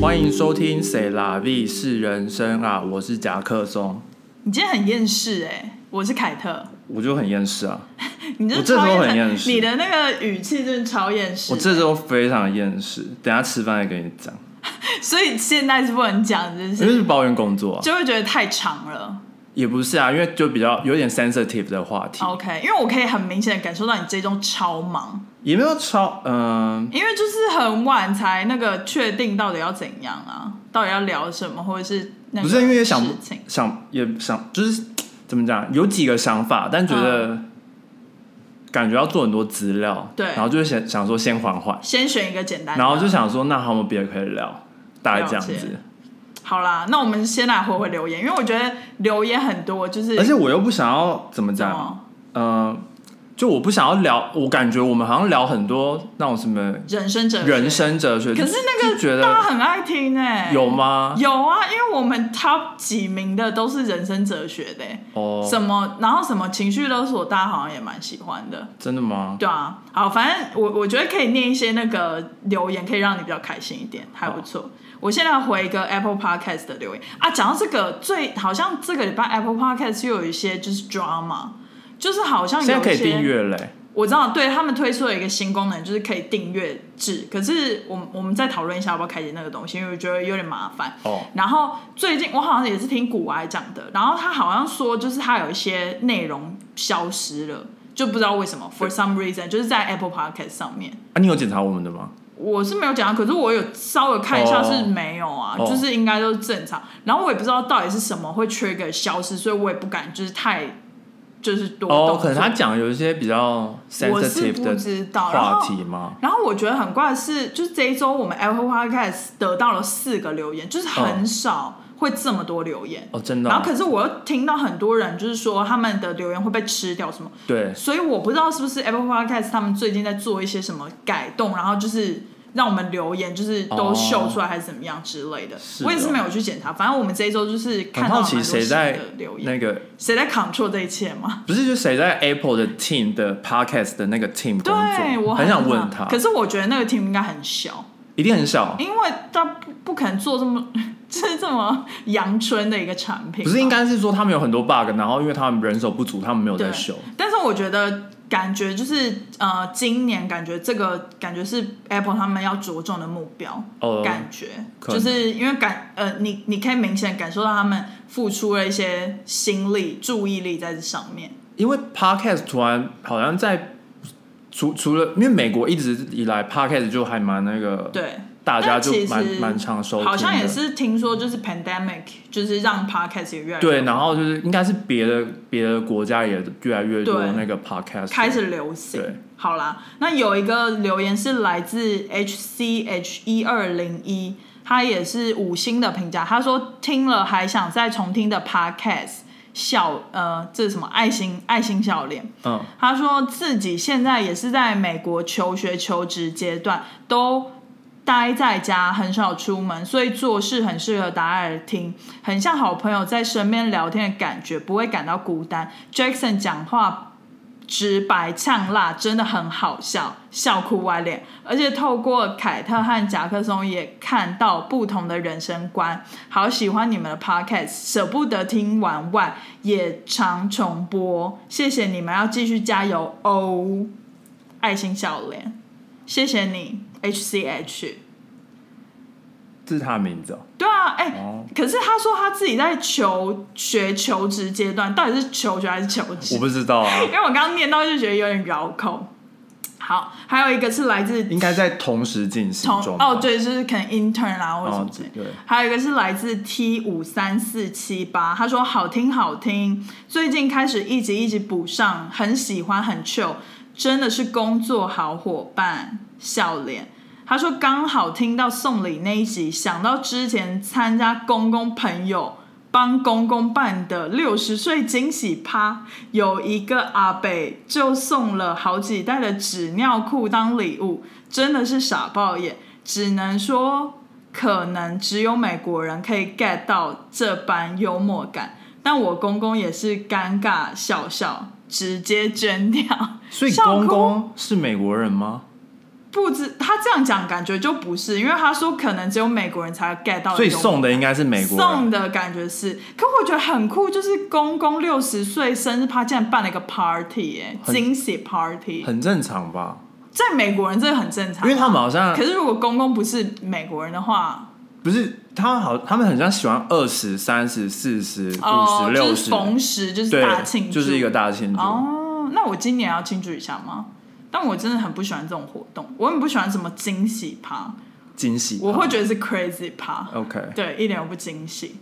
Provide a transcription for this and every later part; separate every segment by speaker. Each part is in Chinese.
Speaker 1: 欢迎收听《谁啦 V 是人生》啊，我是夹克松，
Speaker 2: 你今天很厌世哎、我是凯特，
Speaker 1: 我就很厌世啊，
Speaker 2: 你
Speaker 1: 我
Speaker 2: 真
Speaker 1: 这
Speaker 2: 的
Speaker 1: 时候
Speaker 2: 超厌
Speaker 1: 很厌世
Speaker 2: 你的那个语气真的超厌世。
Speaker 1: 我这周非常厌世，等一下吃饭再跟你讲，
Speaker 2: 所以现在是不能讲，真
Speaker 1: 因为
Speaker 2: 是
Speaker 1: 是抱怨工作、啊，
Speaker 2: 就会觉得太长了。
Speaker 1: 也不是啊，因为就比较有点 sensitive 的话题，
Speaker 2: OK，因为我可以很明显的感受到你这周超忙，
Speaker 1: 也没有超嗯、
Speaker 2: 因为就是很晚才那个确定到底要怎样啊，到底要聊什么，或者是那个
Speaker 1: 不是因为想
Speaker 2: 事情
Speaker 1: 想也想就是怎么讲，啊有几个想法，但觉得感觉要做很多资料，
Speaker 2: 嗯对
Speaker 1: 然后就是想想说先缓缓，
Speaker 2: 先选一个简单的，
Speaker 1: 然后就想说那好，我们别的可以聊，大概这样
Speaker 2: 了解
Speaker 1: 子。
Speaker 2: 好啦。那我们先来回回留言，因为我觉得留言很多，就是
Speaker 1: 而且我又不想要怎么
Speaker 2: 怎
Speaker 1: 讲，啊
Speaker 2: 么
Speaker 1: 嗯，就我不想要聊，我感觉我们好像聊很多那种什么
Speaker 2: 人生哲学
Speaker 1: 人生哲学，
Speaker 2: 可是那个
Speaker 1: 就觉
Speaker 2: 大家
Speaker 1: 得
Speaker 2: 很爱听哎、
Speaker 1: 有吗？
Speaker 2: 有啊，因为我们 top 几名的都是人生哲学的、欸
Speaker 1: 哦，
Speaker 2: 什么，然后什么情绪勒索，大家好像也蛮喜欢的。
Speaker 1: 真的吗？
Speaker 2: 对啊，好，反正我我觉得可以念一些那个留言，可以让你比较开心一点，还不错。我现在回一个 Apple Podcast 的留言啊，讲到这个，最好像这个礼拜 Apple Podcast 又有一些就是 drama，就是好像有一
Speaker 1: 现在
Speaker 2: 些
Speaker 1: 可以订阅嘞、
Speaker 2: 我知道，对他们推出了一个新功能，就是可以订阅制。可是我们我们再讨论一下要不要开启那个东西，因为我觉得有点麻烦。
Speaker 1: 哦，
Speaker 2: 然后最近我好像也是听古埃讲的，然后他好像说就是他有一些内容消失了，就不知道为什么，for some reason，就是在 Apple Podcast 上面。
Speaker 1: 啊，你有检查我们的吗？
Speaker 2: 我是没有讲，可是我有稍微看一下是没有啊
Speaker 1: 哦
Speaker 2: 就是应该都是正常。然后我也不知道到底是什么会缺个消失，所以我也不敢就是太就是多
Speaker 1: 哦
Speaker 2: 动，
Speaker 1: 可能他
Speaker 2: 作
Speaker 1: 讲有一些比较
Speaker 2: 我是
Speaker 1: sensitive
Speaker 2: 不知
Speaker 1: 的
Speaker 2: 道，然
Speaker 1: 话
Speaker 2: 后
Speaker 1: 题吗？
Speaker 2: 然后我觉得很怪的是，就是这一周我们 Apple Podcast 得到了四个留言，就是很少会这么多留言。
Speaker 1: 哦，真的
Speaker 2: 然
Speaker 1: 哦、
Speaker 2: 后可是我又听到很多人就是说他们的留言会被吃掉什么，
Speaker 1: 对，
Speaker 2: 所以我不知道是不是 Apple Podcast 他们最近在做一些什么改动，然后就是。让我们留言就是都秀出来还是怎么样之类的，
Speaker 1: 哦是哦
Speaker 2: 我也是没有去检查。反正我们这一周就是
Speaker 1: 很
Speaker 2: 看
Speaker 1: 好
Speaker 2: 到了蛮
Speaker 1: 奇
Speaker 2: 多
Speaker 1: 谁
Speaker 2: 新
Speaker 1: 在
Speaker 2: 的留言，
Speaker 1: 那个
Speaker 2: 谁在 control 这一切吗？
Speaker 1: 不是就谁在 Apple 的 team 的 podcast 的那个 team 工
Speaker 2: 对，
Speaker 1: 作，
Speaker 2: 我
Speaker 1: 很想
Speaker 2: 知道
Speaker 1: 问他，
Speaker 2: 可是我觉得那个 team 应该很小，
Speaker 1: 一定很小，
Speaker 2: 因为他不不可能做这么 就是这么阳春的一个产品
Speaker 1: 不
Speaker 2: 吧，
Speaker 1: 是应该是说他们有很多 bug，然后因为他们人手不足，他们没有在
Speaker 2: 对
Speaker 1: 修。
Speaker 2: 但是我觉得感觉就是呃，今年感觉这个感觉是 Apple 他们要着重的目标，
Speaker 1: 哦，
Speaker 2: 感觉
Speaker 1: 可能
Speaker 2: 就是因为感呃，你你可以明显感受到他们付出了一些心力、注意力在这上面。
Speaker 1: 因为 podcast 突然好像在除除了因为美国一直以来 podcast 就还蛮那个，
Speaker 2: 对，
Speaker 1: 大家
Speaker 2: 但
Speaker 1: 就
Speaker 2: 其
Speaker 1: 蛮
Speaker 2: 实
Speaker 1: 蛮常收听的，
Speaker 2: 好像也是听说就是 pandemic，就是让 podcast 也越来越
Speaker 1: 对，然后就是应该是别的别的国家也越来越多
Speaker 2: 对
Speaker 1: 那个 podcast
Speaker 2: 开始流行
Speaker 1: 对。
Speaker 2: 好啦，那有一个留言是来自 H C H 一二零一，他也是五星的评价，他说听了还想再重听的 podcast 笑呃，这是什么爱心爱心笑脸。
Speaker 1: 嗯，
Speaker 2: 他说自己现在也是在美国求学求职阶段，都待在家，很少出门，所以做事很适合打耳听，很像好朋友在身边聊天的感觉，不会感到孤单。Jackson 讲话直白呛辣，真的很好笑，笑哭歪脸。而且透过凯特和夹克松也看到不同的人生观，好喜欢你们的 podcast，舍不得听完外，也常重播。谢谢你们，要继续加油哦！爱心笑脸，谢谢你，H C H。
Speaker 1: 这是他的名字哦。
Speaker 2: 对啊，哎、
Speaker 1: 哦
Speaker 2: 可是他说他自己在求学求职阶段，到底是求学还是求职
Speaker 1: 我？不知道啊，
Speaker 2: 因为我刚刚念到就觉得有点绕口。好，还有一个是来自
Speaker 1: 应该在同时进行
Speaker 2: 从
Speaker 1: 中吧
Speaker 2: 哦，，对，就是可能 intern 啦或者什
Speaker 1: 哦
Speaker 2: 么之类的。
Speaker 1: 对，
Speaker 2: 还有一个是来自 T 五三四七八，他说好听好听，最近开始一集一集补上，很喜欢很 chill，真的是工作好伙伴，笑脸。他说刚好听到送礼那一集，想到之前参加公公朋友帮公公办的六十岁惊喜趴，有一个阿北就送了好几袋的纸尿裤当礼物，真的是傻爆眼，只能说可能只有美国人可以 get 到这般幽默感，但我公公也是尴尬笑笑，直接捐掉。
Speaker 1: 所以
Speaker 2: 笑
Speaker 1: 公
Speaker 2: 哭
Speaker 1: 公是美国人吗？
Speaker 2: 不知他这样讲，感觉就不是，因为他说可能只有美国人才 get 到。
Speaker 1: 所以送的应该是美国人
Speaker 2: 送的感觉是，可我觉得很酷，就是公公六十岁生日，他竟然办了一个 party，哎、
Speaker 1: 很
Speaker 2: 惊喜 party，
Speaker 1: 很正常吧？
Speaker 2: 在美国人这个很正常啊，
Speaker 1: 因为他们好像
Speaker 2: 可是如果公公不是美国人的话，
Speaker 1: 不是他们好，他们很像喜欢二十三十四十五
Speaker 2: 哦，
Speaker 1: 十
Speaker 2: 就
Speaker 1: 六
Speaker 2: 是
Speaker 1: 十，
Speaker 2: 逢时就是
Speaker 1: 对
Speaker 2: 大庆，祝，
Speaker 1: 就是一个大庆祝。
Speaker 2: 哦，那我今年要庆祝一下吗？但我真的很不喜欢这种活动，我很不喜欢什么惊喜趴，
Speaker 1: 惊喜趴，
Speaker 2: 我会觉得是 crazy 趴，
Speaker 1: OK，
Speaker 2: 对，一点都不惊喜，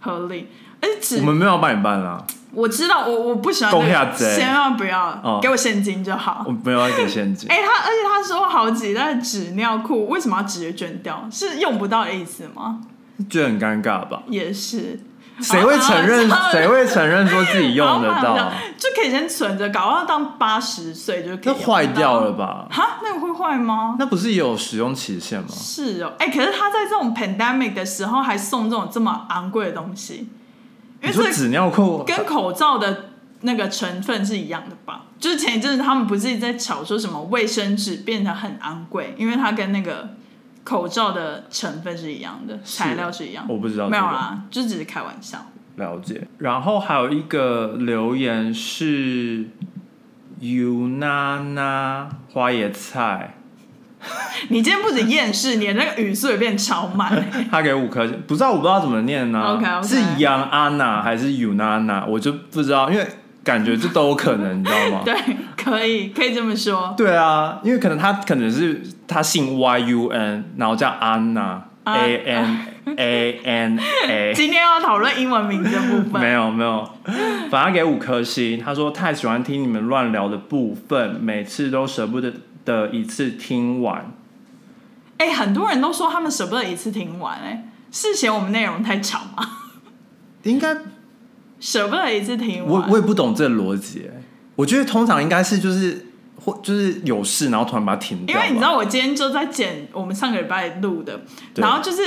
Speaker 2: 合理。而且
Speaker 1: 我
Speaker 2: 只
Speaker 1: 们没有帮你办啦，
Speaker 2: 我知道，我我不喜欢、这
Speaker 1: 讲那
Speaker 2: 个，
Speaker 1: 么多
Speaker 2: 千万不要、
Speaker 1: 哦
Speaker 2: 给我现金就好
Speaker 1: 我。没有要给现金
Speaker 2: 哎、。他而且他说好几袋纸尿裤，为什么要直接捐掉？是用不到的意思吗？
Speaker 1: 觉得很尴尬吧？
Speaker 2: 也是，
Speaker 1: 谁会承认
Speaker 2: 哦好好好？
Speaker 1: 谁会承认说自己用得
Speaker 2: 好好
Speaker 1: 到啊
Speaker 2: 好？就可以先存着，搞不好当八十岁就可
Speaker 1: 那
Speaker 2: 以。
Speaker 1: 坏掉了？吧？
Speaker 2: 哈，那个会坏吗？
Speaker 1: 那不是也有使用期限吗？
Speaker 2: 是哦，哎、可是他在这种 pandemic 的时候还送这种这么昂贵的东西，
Speaker 1: 你
Speaker 2: 因为这
Speaker 1: 说纸尿裤啊
Speaker 2: 跟口罩的那个成分是一样的吧？就是前一阵子他们不是在吵说什么卫生纸变得很昂贵，因为它跟那个口罩的成分是一样的，
Speaker 1: 是啊
Speaker 2: 材料是一样的。
Speaker 1: 我不知道
Speaker 2: 没有
Speaker 1: 这个
Speaker 2: 啦，就只是开玩笑。
Speaker 1: 了解。然后还有一个留言是 u 娜娜花野菜，
Speaker 2: 你今天不止厌世，你的那个语速也变超慢、
Speaker 1: 他给五颗星，不知道我不知道怎么念呢、
Speaker 2: OK，OK
Speaker 1: 是 Yang Anna 还是 u 娜娜，我就不知道，因为感觉这都有可能，你知道吗？
Speaker 2: 对，可以，可以这么说。
Speaker 1: 对啊，因为可能他可能是他姓 Y U N，然后叫安娜
Speaker 2: 啊
Speaker 1: A N A N A，
Speaker 2: 今天要讨论英文名字的 部 分，
Speaker 1: 没有没有，反正他给五颗星。他说太喜欢听你们乱聊的部分，每次都舍不得的一次听完。
Speaker 2: 哎、很多人都说他们舍不得一次听完、哎，是嫌我们内容太长吗？
Speaker 1: 应该
Speaker 2: 舍不得一次听
Speaker 1: 我
Speaker 2: 完，
Speaker 1: 我也不懂这逻辑欸，我觉得通常应该是就是或就是有事，然后突然把它停
Speaker 2: 因
Speaker 1: 掉吧。
Speaker 2: 为你知道我今天就在剪我们上个礼拜录的，
Speaker 1: 对
Speaker 2: 然后就是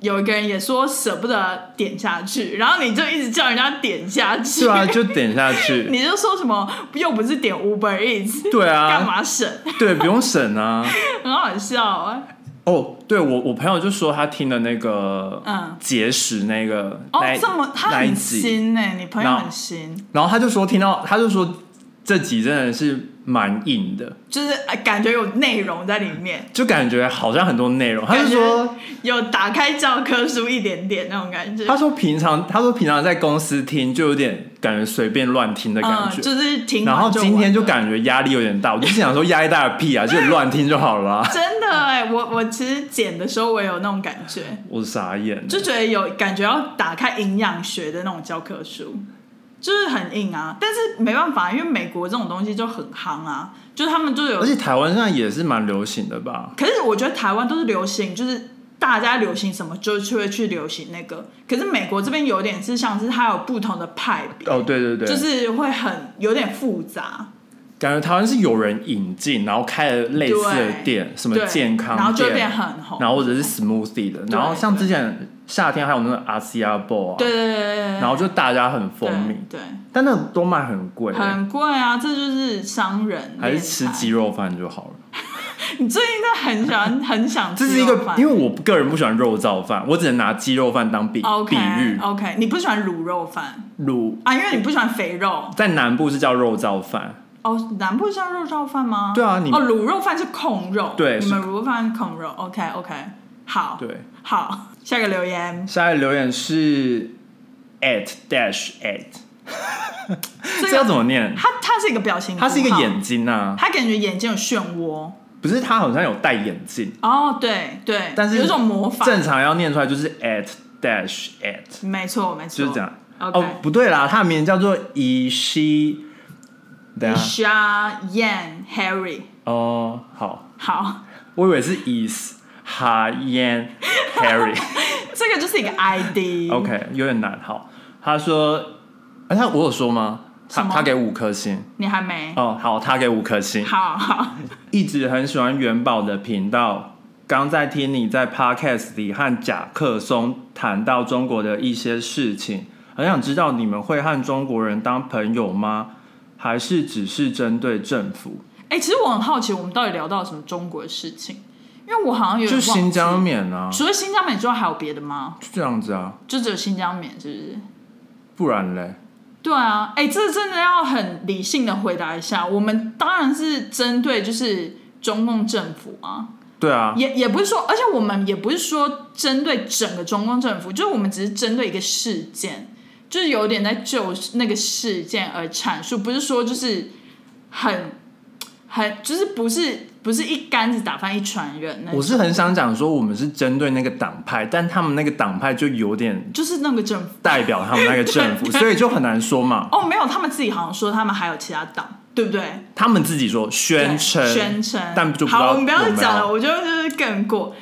Speaker 2: 有一个人也说舍不得点下去，然后你就一直叫人家点下去，
Speaker 1: 对啊，就点下去。
Speaker 2: 你就说什么又不是点 Uber Eats，、
Speaker 1: 对
Speaker 2: 干
Speaker 1: 啊，
Speaker 2: 嘛省？
Speaker 1: 对，不用省啊。
Speaker 2: 很好笑啊！
Speaker 1: 哦，对我我朋友就说他听了那个
Speaker 2: 嗯
Speaker 1: 节食那个
Speaker 2: 哦
Speaker 1: 那，一
Speaker 2: 这么他
Speaker 1: 那一
Speaker 2: 很
Speaker 1: 集，
Speaker 2: 新呢、欸你朋友
Speaker 1: 那
Speaker 2: 很新，
Speaker 1: 然后他就说听到他就说这集真的是蛮硬的，
Speaker 2: 就是呃感觉有内容在里面，
Speaker 1: 就感觉好像很多内容。他就
Speaker 2: 感觉
Speaker 1: 说
Speaker 2: 有打开教科书一点点那种感觉。
Speaker 1: 他说平常他说平常在公司听就有点感觉随便乱听的感觉。
Speaker 2: 嗯、就是听完
Speaker 1: 然
Speaker 2: 完
Speaker 1: 后
Speaker 2: 了，
Speaker 1: 今天就感觉压力有点大，我就想说压力大个屁 啊，就乱听就好了啊、
Speaker 2: 真的哎、我我其实剪的时候我也有那种感觉，
Speaker 1: 我傻眼了，
Speaker 2: 就觉得有感觉要打开营养学的那种教科书，就是很硬啊。但是没办法，因为美国这种东西就很夯啊，就是他们就有
Speaker 1: 而，且台湾现在也是蛮流行的吧？
Speaker 2: 可是我觉得台湾都是流行，就是。大家流行什么，就就会去流行那个。可是美国这边有点是像是它有不同的派别，
Speaker 1: 哦，对对对，
Speaker 2: 就是会很有点复杂。
Speaker 1: 感觉台湾是有人引进，然后开了类似的
Speaker 2: 对
Speaker 1: 店，什么
Speaker 2: 对
Speaker 1: 健康店，
Speaker 2: 然后就会变很红。
Speaker 1: 然后或者是 smoothie 的，然后像
Speaker 2: 对
Speaker 1: 之前夏天还有那个 RCR ball 啊，
Speaker 2: 对对对对对，
Speaker 1: 然后就大家很风靡，
Speaker 2: 对，
Speaker 1: 但那个都卖很贵、
Speaker 2: 对很贵啊，这就是商人
Speaker 1: 还是吃鸡
Speaker 2: 敛
Speaker 1: 肉饭就好了。
Speaker 2: 财。你最近真的很喜欢很想
Speaker 1: 这
Speaker 2: 吃
Speaker 1: 是一
Speaker 2: 肉
Speaker 1: 个，
Speaker 2: 饭
Speaker 1: 因为我个人不喜欢肉燥饭，我只能拿鸡肉饭当比
Speaker 2: 哦 OK
Speaker 1: 比喻。
Speaker 2: OK，你不喜欢卤肉饭
Speaker 1: 卤
Speaker 2: 啊？因为你不喜欢肥肉
Speaker 1: 在南部是叫肉燥饭，
Speaker 2: 哦。南部像肉燥饭吗？
Speaker 1: 对啊你
Speaker 2: 哦，卤肉饭是控肉，
Speaker 1: 对
Speaker 2: 你
Speaker 1: 是
Speaker 2: 们卤肉饭是控肉。OK OK，好，
Speaker 1: 对。
Speaker 2: 好，下个留 言，
Speaker 1: 下一个留言是 at dash at，
Speaker 2: 这
Speaker 1: 这要
Speaker 2: 个
Speaker 1: 怎么念？
Speaker 2: 他他是一个表情符号，
Speaker 1: 它是一个眼睛啊，
Speaker 2: 他感觉眼睛有漩涡。
Speaker 1: 不是它好像有戴眼镜。
Speaker 2: 哦，对对，
Speaker 1: 但是
Speaker 2: 有一种魔法，
Speaker 1: 正常要念出来就是 at dash at，
Speaker 2: 没错没错，
Speaker 1: 就是这样。
Speaker 2: OK
Speaker 1: 哦，不对啦，它的名字叫做 e she，等一下
Speaker 2: Isha Yan Harry，
Speaker 1: 哦，好，
Speaker 2: 好，
Speaker 1: 我以为是 is ha yan Harry，OK，、
Speaker 2: 这个就是一个 ID。
Speaker 1: OK，有点难。好，他说，哎、他我有说吗？他
Speaker 2: 什么
Speaker 1: 他给五颗星
Speaker 2: 你还没？
Speaker 1: 哦，好，他给五颗星。
Speaker 2: 好好，
Speaker 1: 一直很喜欢元宝的频道。刚在听你在 Podcast 里和贾克松谈到中国的一些事情，很想知道你们会和中国人当朋友吗？还是只是针对政府？
Speaker 2: 哎、哎、其实我很好奇，我们到底聊到了什么中国的事情？因为我好像有点
Speaker 1: 就
Speaker 2: 忘记
Speaker 1: 新疆，棉啊，
Speaker 2: 除了新疆棉之外，还有别的吗？
Speaker 1: 就这样子啊，
Speaker 2: 就只有新疆棉，是不是？
Speaker 1: 不然嘞，
Speaker 2: 对啊，哎、这真的要很理性的回答一下。我们当然是针对就是中共政府啊，
Speaker 1: 对啊，
Speaker 2: 也也不是说，而且我们也不是说针对整个中共政府，就是我们只是针对一个事件，就是有点在就那个事件而阐述，不是说就是很很就是不是不是一竿子打翻一船人那种，
Speaker 1: 我是很想讲说我们是针对那个党派，但他们那个党派就有点
Speaker 2: 就是那个政府
Speaker 1: 代表他们那个政 府，
Speaker 2: 对对
Speaker 1: 所以就很难说嘛。
Speaker 2: 哦，没有，他们自己好像说他们还有其他党，对不对？
Speaker 1: 他们自己说宣
Speaker 2: 对
Speaker 1: 称，
Speaker 2: 宣称，
Speaker 1: 但就不知道
Speaker 2: 好，我们不要
Speaker 1: 有
Speaker 2: 再
Speaker 1: 没有
Speaker 2: 讲了，我觉得就是更过，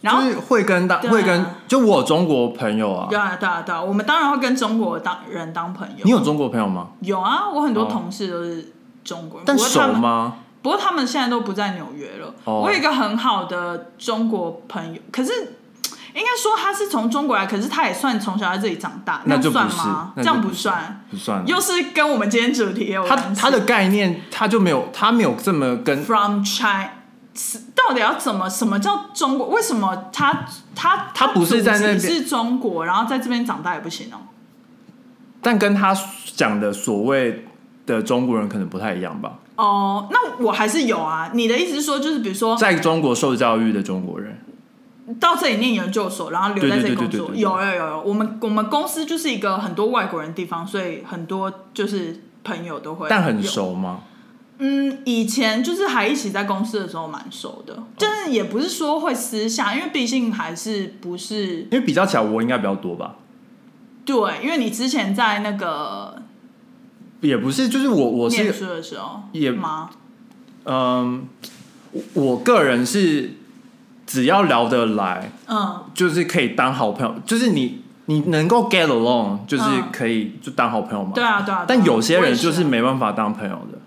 Speaker 2: 然后
Speaker 1: 就是会跟当
Speaker 2: 对啊
Speaker 1: 会跟，就我有中国朋友啊
Speaker 2: 对，啊对啊对啊，我们当然会跟中国当人当朋友。
Speaker 1: 你有中国朋友吗？
Speaker 2: 有啊，我很多
Speaker 1: 哦
Speaker 2: 同事都是中国人，
Speaker 1: 但
Speaker 2: 不过他
Speaker 1: 熟
Speaker 2: 们
Speaker 1: 吗？
Speaker 2: 不过他们现在都不在纽约了。
Speaker 1: 哦
Speaker 2: 我有一个很好的中国朋友，可是应该说他是从中国来，可是他也算从小在这里长大，
Speaker 1: 那
Speaker 2: 样
Speaker 1: 就不
Speaker 2: 算
Speaker 1: 是
Speaker 2: 吗？，
Speaker 1: 那
Speaker 2: 这样
Speaker 1: 就
Speaker 2: 不算，，
Speaker 1: 不算了。
Speaker 2: 又是跟我们今天主题有
Speaker 1: 他
Speaker 2: 关系
Speaker 1: 他的概念，他就没有他没有这么跟
Speaker 2: from China。到底要怎么？什么叫中国？为什么他他
Speaker 1: 他不是在那边
Speaker 2: 祖籍是中国，然后在这边长大也不行哦、
Speaker 1: 但跟他讲的所谓的中国人可能不太一样吧。
Speaker 2: 哦，那我还是有啊。你的意思是说，就是比如说，
Speaker 1: 在中国受教育的中国人，
Speaker 2: 到这里念研究所，然后留在这里
Speaker 1: 对
Speaker 2: 工
Speaker 1: 对对对
Speaker 2: 作，
Speaker 1: 对对
Speaker 2: 有有有有。我们我们公司就是一个很多外国人的地方，所以很多就是朋友都会，
Speaker 1: 但很。熟吗？
Speaker 2: 嗯，以前就是还一起在公司的时候蛮熟
Speaker 1: 哦
Speaker 2: 的，但是也不是说会私下，因为毕竟还是不是
Speaker 1: 因为比较起来，我应该比较多吧。
Speaker 2: 对，因为你之前在那个
Speaker 1: 也不是，就是我我
Speaker 2: 念
Speaker 1: 是
Speaker 2: 书的时候
Speaker 1: 也
Speaker 2: 吗？
Speaker 1: 嗯，我我个人是只要聊得来，
Speaker 2: 嗯，
Speaker 1: 就是可以当好朋友，就是你你能够 get along，就是
Speaker 2: 嗯
Speaker 1: 可以就当好朋友嘛。
Speaker 2: 对啊对啊。对啊
Speaker 1: 但有些
Speaker 2: 我也
Speaker 1: 人就是
Speaker 2: 啊
Speaker 1: 没办法当朋友的。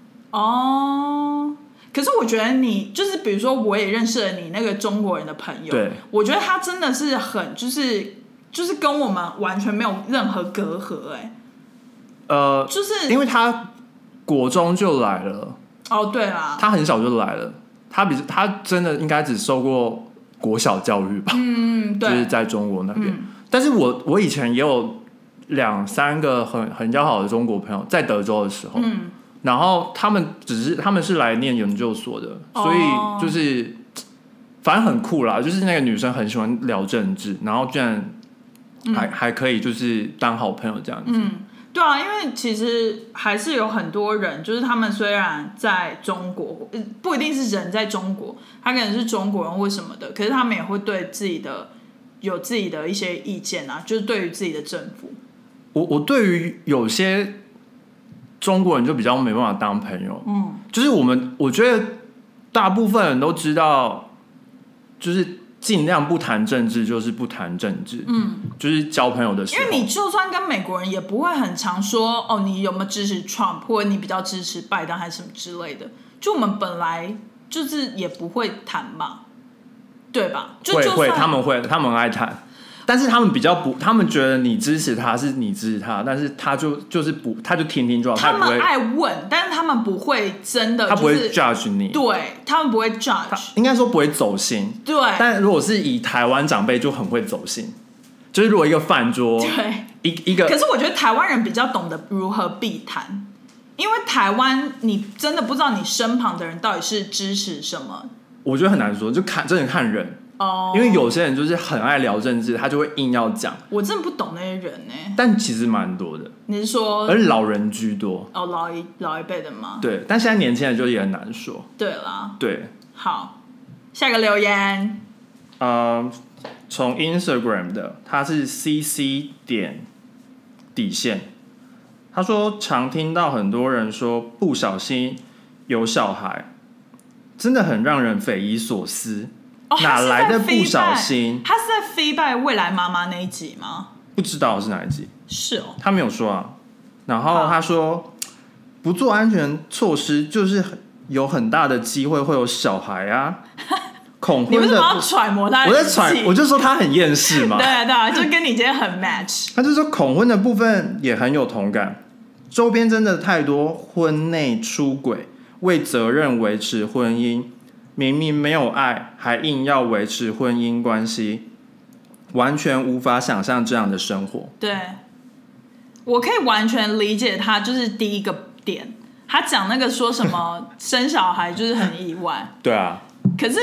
Speaker 2: 哦，可是我觉得你就是，比如说，我也认识了你那个中国人的朋友，
Speaker 1: 对，
Speaker 2: 我觉得他真的是很就是就是跟我们完全没有任何隔阂、哎，
Speaker 1: 呃，
Speaker 2: 就是
Speaker 1: 因为他国中就来了，
Speaker 2: 哦，对啦，
Speaker 1: 他很小就来了，他比他真的应该只受过国小教育吧，
Speaker 2: 嗯，
Speaker 1: 就是
Speaker 2: 对，
Speaker 1: 在中国那边。
Speaker 2: 嗯
Speaker 1: 但是我我以前也有两三个很很要好的中国朋友，在德州的时候，
Speaker 2: 嗯，
Speaker 1: 然后他们只是他们是来念研究所的，
Speaker 2: 哦
Speaker 1: 所以就是嘖反正很酷啦，就是那个女生很喜欢聊政治，然后居然还、还可以就是当好朋友这样子，
Speaker 2: 嗯，对啊，因为其实还是有很多人，就是他们虽然在中国，呃不一定是人在中国，他可能是中国人或什么的，可是他们也会对自己的有自己的一些意见啊，就是对于自己的政府。
Speaker 1: 我我对于有些中国人就比较没办法当朋友，
Speaker 2: 嗯，
Speaker 1: 就是我们我觉得大部分人都知道，就是尽量不谈政治，就是不谈政治，
Speaker 2: 嗯，
Speaker 1: 就是交朋友的时
Speaker 2: 因
Speaker 1: 候，
Speaker 2: 为你就算跟美国人也不会很常说哦，你有没有支持 Trump 或者你比较支持拜登还是什么之类的，就我们本来就是也不会谈嘛，对吧？就
Speaker 1: 会
Speaker 2: 就
Speaker 1: 会
Speaker 2: 算
Speaker 1: 他们会他们很爱谈，但是他们比较不，他们觉得你支持他是你支持他，但是他就就是不，他就听听就好，
Speaker 2: 他
Speaker 1: 也不
Speaker 2: 们
Speaker 1: 会
Speaker 2: 爱问，但是他们不会真的、就是，
Speaker 1: 他不会 judge 你，
Speaker 2: 对他们不会
Speaker 1: 他
Speaker 2: judge，
Speaker 1: 应该说不会走心。
Speaker 2: 对
Speaker 1: 但如果是以台湾长辈就很会走心，就是如果一个饭桌
Speaker 2: 对。
Speaker 1: 一一个
Speaker 2: 可是我觉得台湾人比较懂得如何避谈，因为台湾你真的不知道你身旁的人到底是支持什么
Speaker 1: 我觉得很难说，就看真的看人，
Speaker 2: 哦，
Speaker 1: 因为有些人就是很爱聊政治，他就会硬要讲，
Speaker 2: 我真的不懂那些人呢、
Speaker 1: 但其实蛮多的，
Speaker 2: 你是说
Speaker 1: 而老人居多。
Speaker 2: 哦老一老一辈的吗？
Speaker 1: 对，但现在年轻人就也很难说。
Speaker 2: 对啦，
Speaker 1: 对，
Speaker 2: 好，下个留言，
Speaker 1: 呃，从 Instagram 的，他是 CC 点底线，他说常听到很多人说不小心有小孩，真的很让人匪夷所思。
Speaker 2: 哦、
Speaker 1: 哪
Speaker 2: 他是
Speaker 1: 来的
Speaker 2: 在
Speaker 1: 不小
Speaker 2: feedback-
Speaker 1: 心
Speaker 2: 他是在飞拜未来妈妈那一集吗？
Speaker 1: 不知道是哪一集，
Speaker 2: 是哦，
Speaker 1: 他没有说啊。然
Speaker 2: 好
Speaker 1: 后他说不做安全措施，就是很有很大的机会会有小孩啊，恐
Speaker 2: 你为
Speaker 1: 婚
Speaker 2: 什
Speaker 1: 的
Speaker 2: 么。要揣摩他的
Speaker 1: 我在
Speaker 2: 语气？
Speaker 1: 揣，我就说他很厌世嘛
Speaker 2: 对。啊对啊，就跟你今天很 match。
Speaker 1: 他就说恐婚的部分也很有同感，周边真的太多婚内出轨，为责任维持婚姻，明明没有爱，还硬要维持婚姻关系，完全无法想象这样的生活。
Speaker 2: 对，我可以完全理解他，就是第一个点，他讲那个说什 么生小孩就是很意外，
Speaker 1: 对啊，
Speaker 2: 可是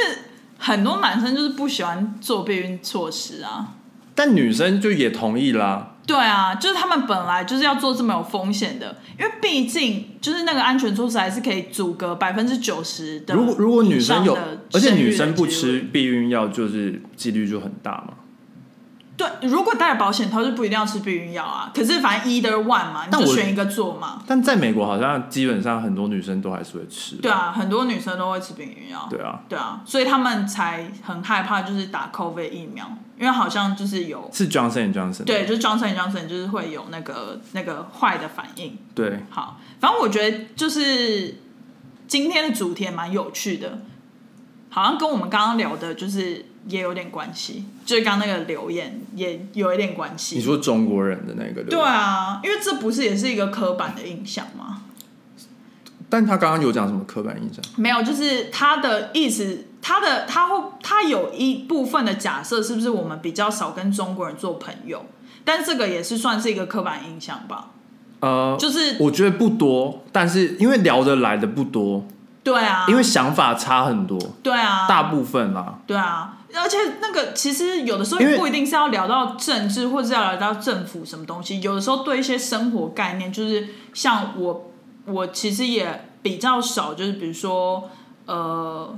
Speaker 2: 很多男生就是不喜欢做避孕措施啊。
Speaker 1: 但女生就也同意啦。
Speaker 2: 对啊，就是他们本来就是要做这么有风险的，因为毕竟就是那个安全措施还是可以阻隔百分之九十啊的以
Speaker 1: 如
Speaker 2: 上的生育的机会。
Speaker 1: 果如果女生有，而且女生不吃避孕药，就是几率就很大嘛。
Speaker 2: 对，如果戴了保险套就不一定要吃避孕药啊。可是反正 either one 嘛，你
Speaker 1: 但
Speaker 2: 就
Speaker 1: 我
Speaker 2: 选一个做嘛。
Speaker 1: 但在美国，好像基本上很多女生都还是会吃。
Speaker 2: 对，啊，很多女生都会吃避孕药。
Speaker 1: 对啊，
Speaker 2: 对啊，所以他们才很害怕，就是打 COVID 疫苗，因为好像就是有
Speaker 1: 是 Johnson Johnson。
Speaker 2: 对，就是 Johnson Johnson 就是会有那个那个坏的反应。
Speaker 1: 对，
Speaker 2: 好，反正我觉得就是今天的主题也蛮有趣的，好像跟我们刚刚聊的，就是也有点关系，就是刚刚那个留言也有一点关系。
Speaker 1: 你说中国人的那个
Speaker 2: 对
Speaker 1: 吧
Speaker 2: 啊，因为这不是也是一个刻板的印象吗？
Speaker 1: 但他刚刚有讲什么刻板印象？
Speaker 2: 没有，就是他的意思，他的他会他有一部分的假设，是不是我们比较少跟中国人做朋友？但这个也是算是一个刻板印象吧，
Speaker 1: 呃，
Speaker 2: 就是
Speaker 1: 我觉得不多，但是因为聊得来的不多，
Speaker 2: 对啊，
Speaker 1: 因为想法差很多，
Speaker 2: 对啊，
Speaker 1: 大部分啦。
Speaker 2: 对啊，而且那个其实有的时候
Speaker 1: 因为
Speaker 2: 也不一定是要聊到政治，或者是要聊到政府什么东西。有的时候对一些生活概念，就是像我，我其实也比较少，就是比如说呃，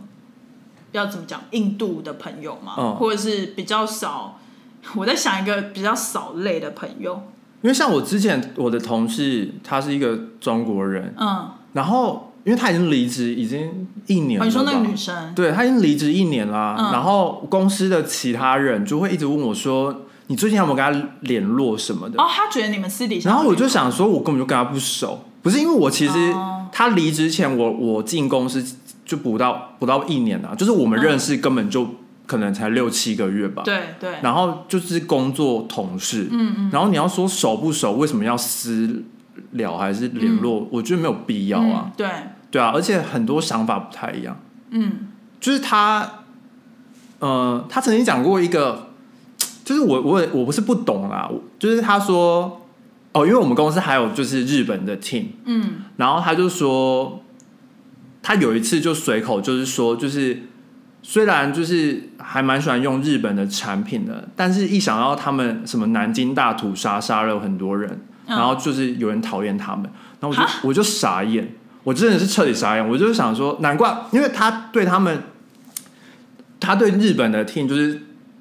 Speaker 2: 要怎么讲，印度的朋友嘛，
Speaker 1: 嗯
Speaker 2: 或者是比较少。我在想一个比较少类的朋友，
Speaker 1: 因为像我之前我的同事，他是一个中国人，
Speaker 2: 嗯，
Speaker 1: 然后因为他已经离职已经一年了吧，
Speaker 2: 哦你说那个女生，
Speaker 1: 对他已经离职一年啦、
Speaker 2: 嗯
Speaker 1: 然后公司的其他人就会一直问我说：“你最近有没有跟他联络什么的？”
Speaker 2: 哦，她觉得你们私底下，
Speaker 1: 然后我就想说，我根本就跟他不熟，不是因为我其实
Speaker 2: 哦
Speaker 1: 他离职前我，我进公司就不到不到一年啊，就是我们认识根本就可能才六七个月吧。。
Speaker 2: 嗯对对，
Speaker 1: 然后就是工作同事，
Speaker 2: 嗯嗯
Speaker 1: 然后你要说熟不熟，为什么要私聊还是联络？我觉得没有必要啊
Speaker 2: 嗯，，对，
Speaker 1: 对啊，而且很多想法不太一样。
Speaker 2: 嗯
Speaker 1: 就是他，呃，他曾经讲过一个，就是我我也我不是不懂啦，我就是他说，哦，因为我们公司还有就是日本的 team，
Speaker 2: 嗯
Speaker 1: 然后他就说，他有一次就随口就是说，就是虽然就是还蛮喜欢用日本的产品的，但是一想到他们什么南京大屠杀杀了很多人，
Speaker 2: 嗯
Speaker 1: 然后就是有人讨厌他们，然后我就我就傻眼，我真的是彻底傻眼，我就是想说，难怪，因为他对他们，他对日本的 team 就是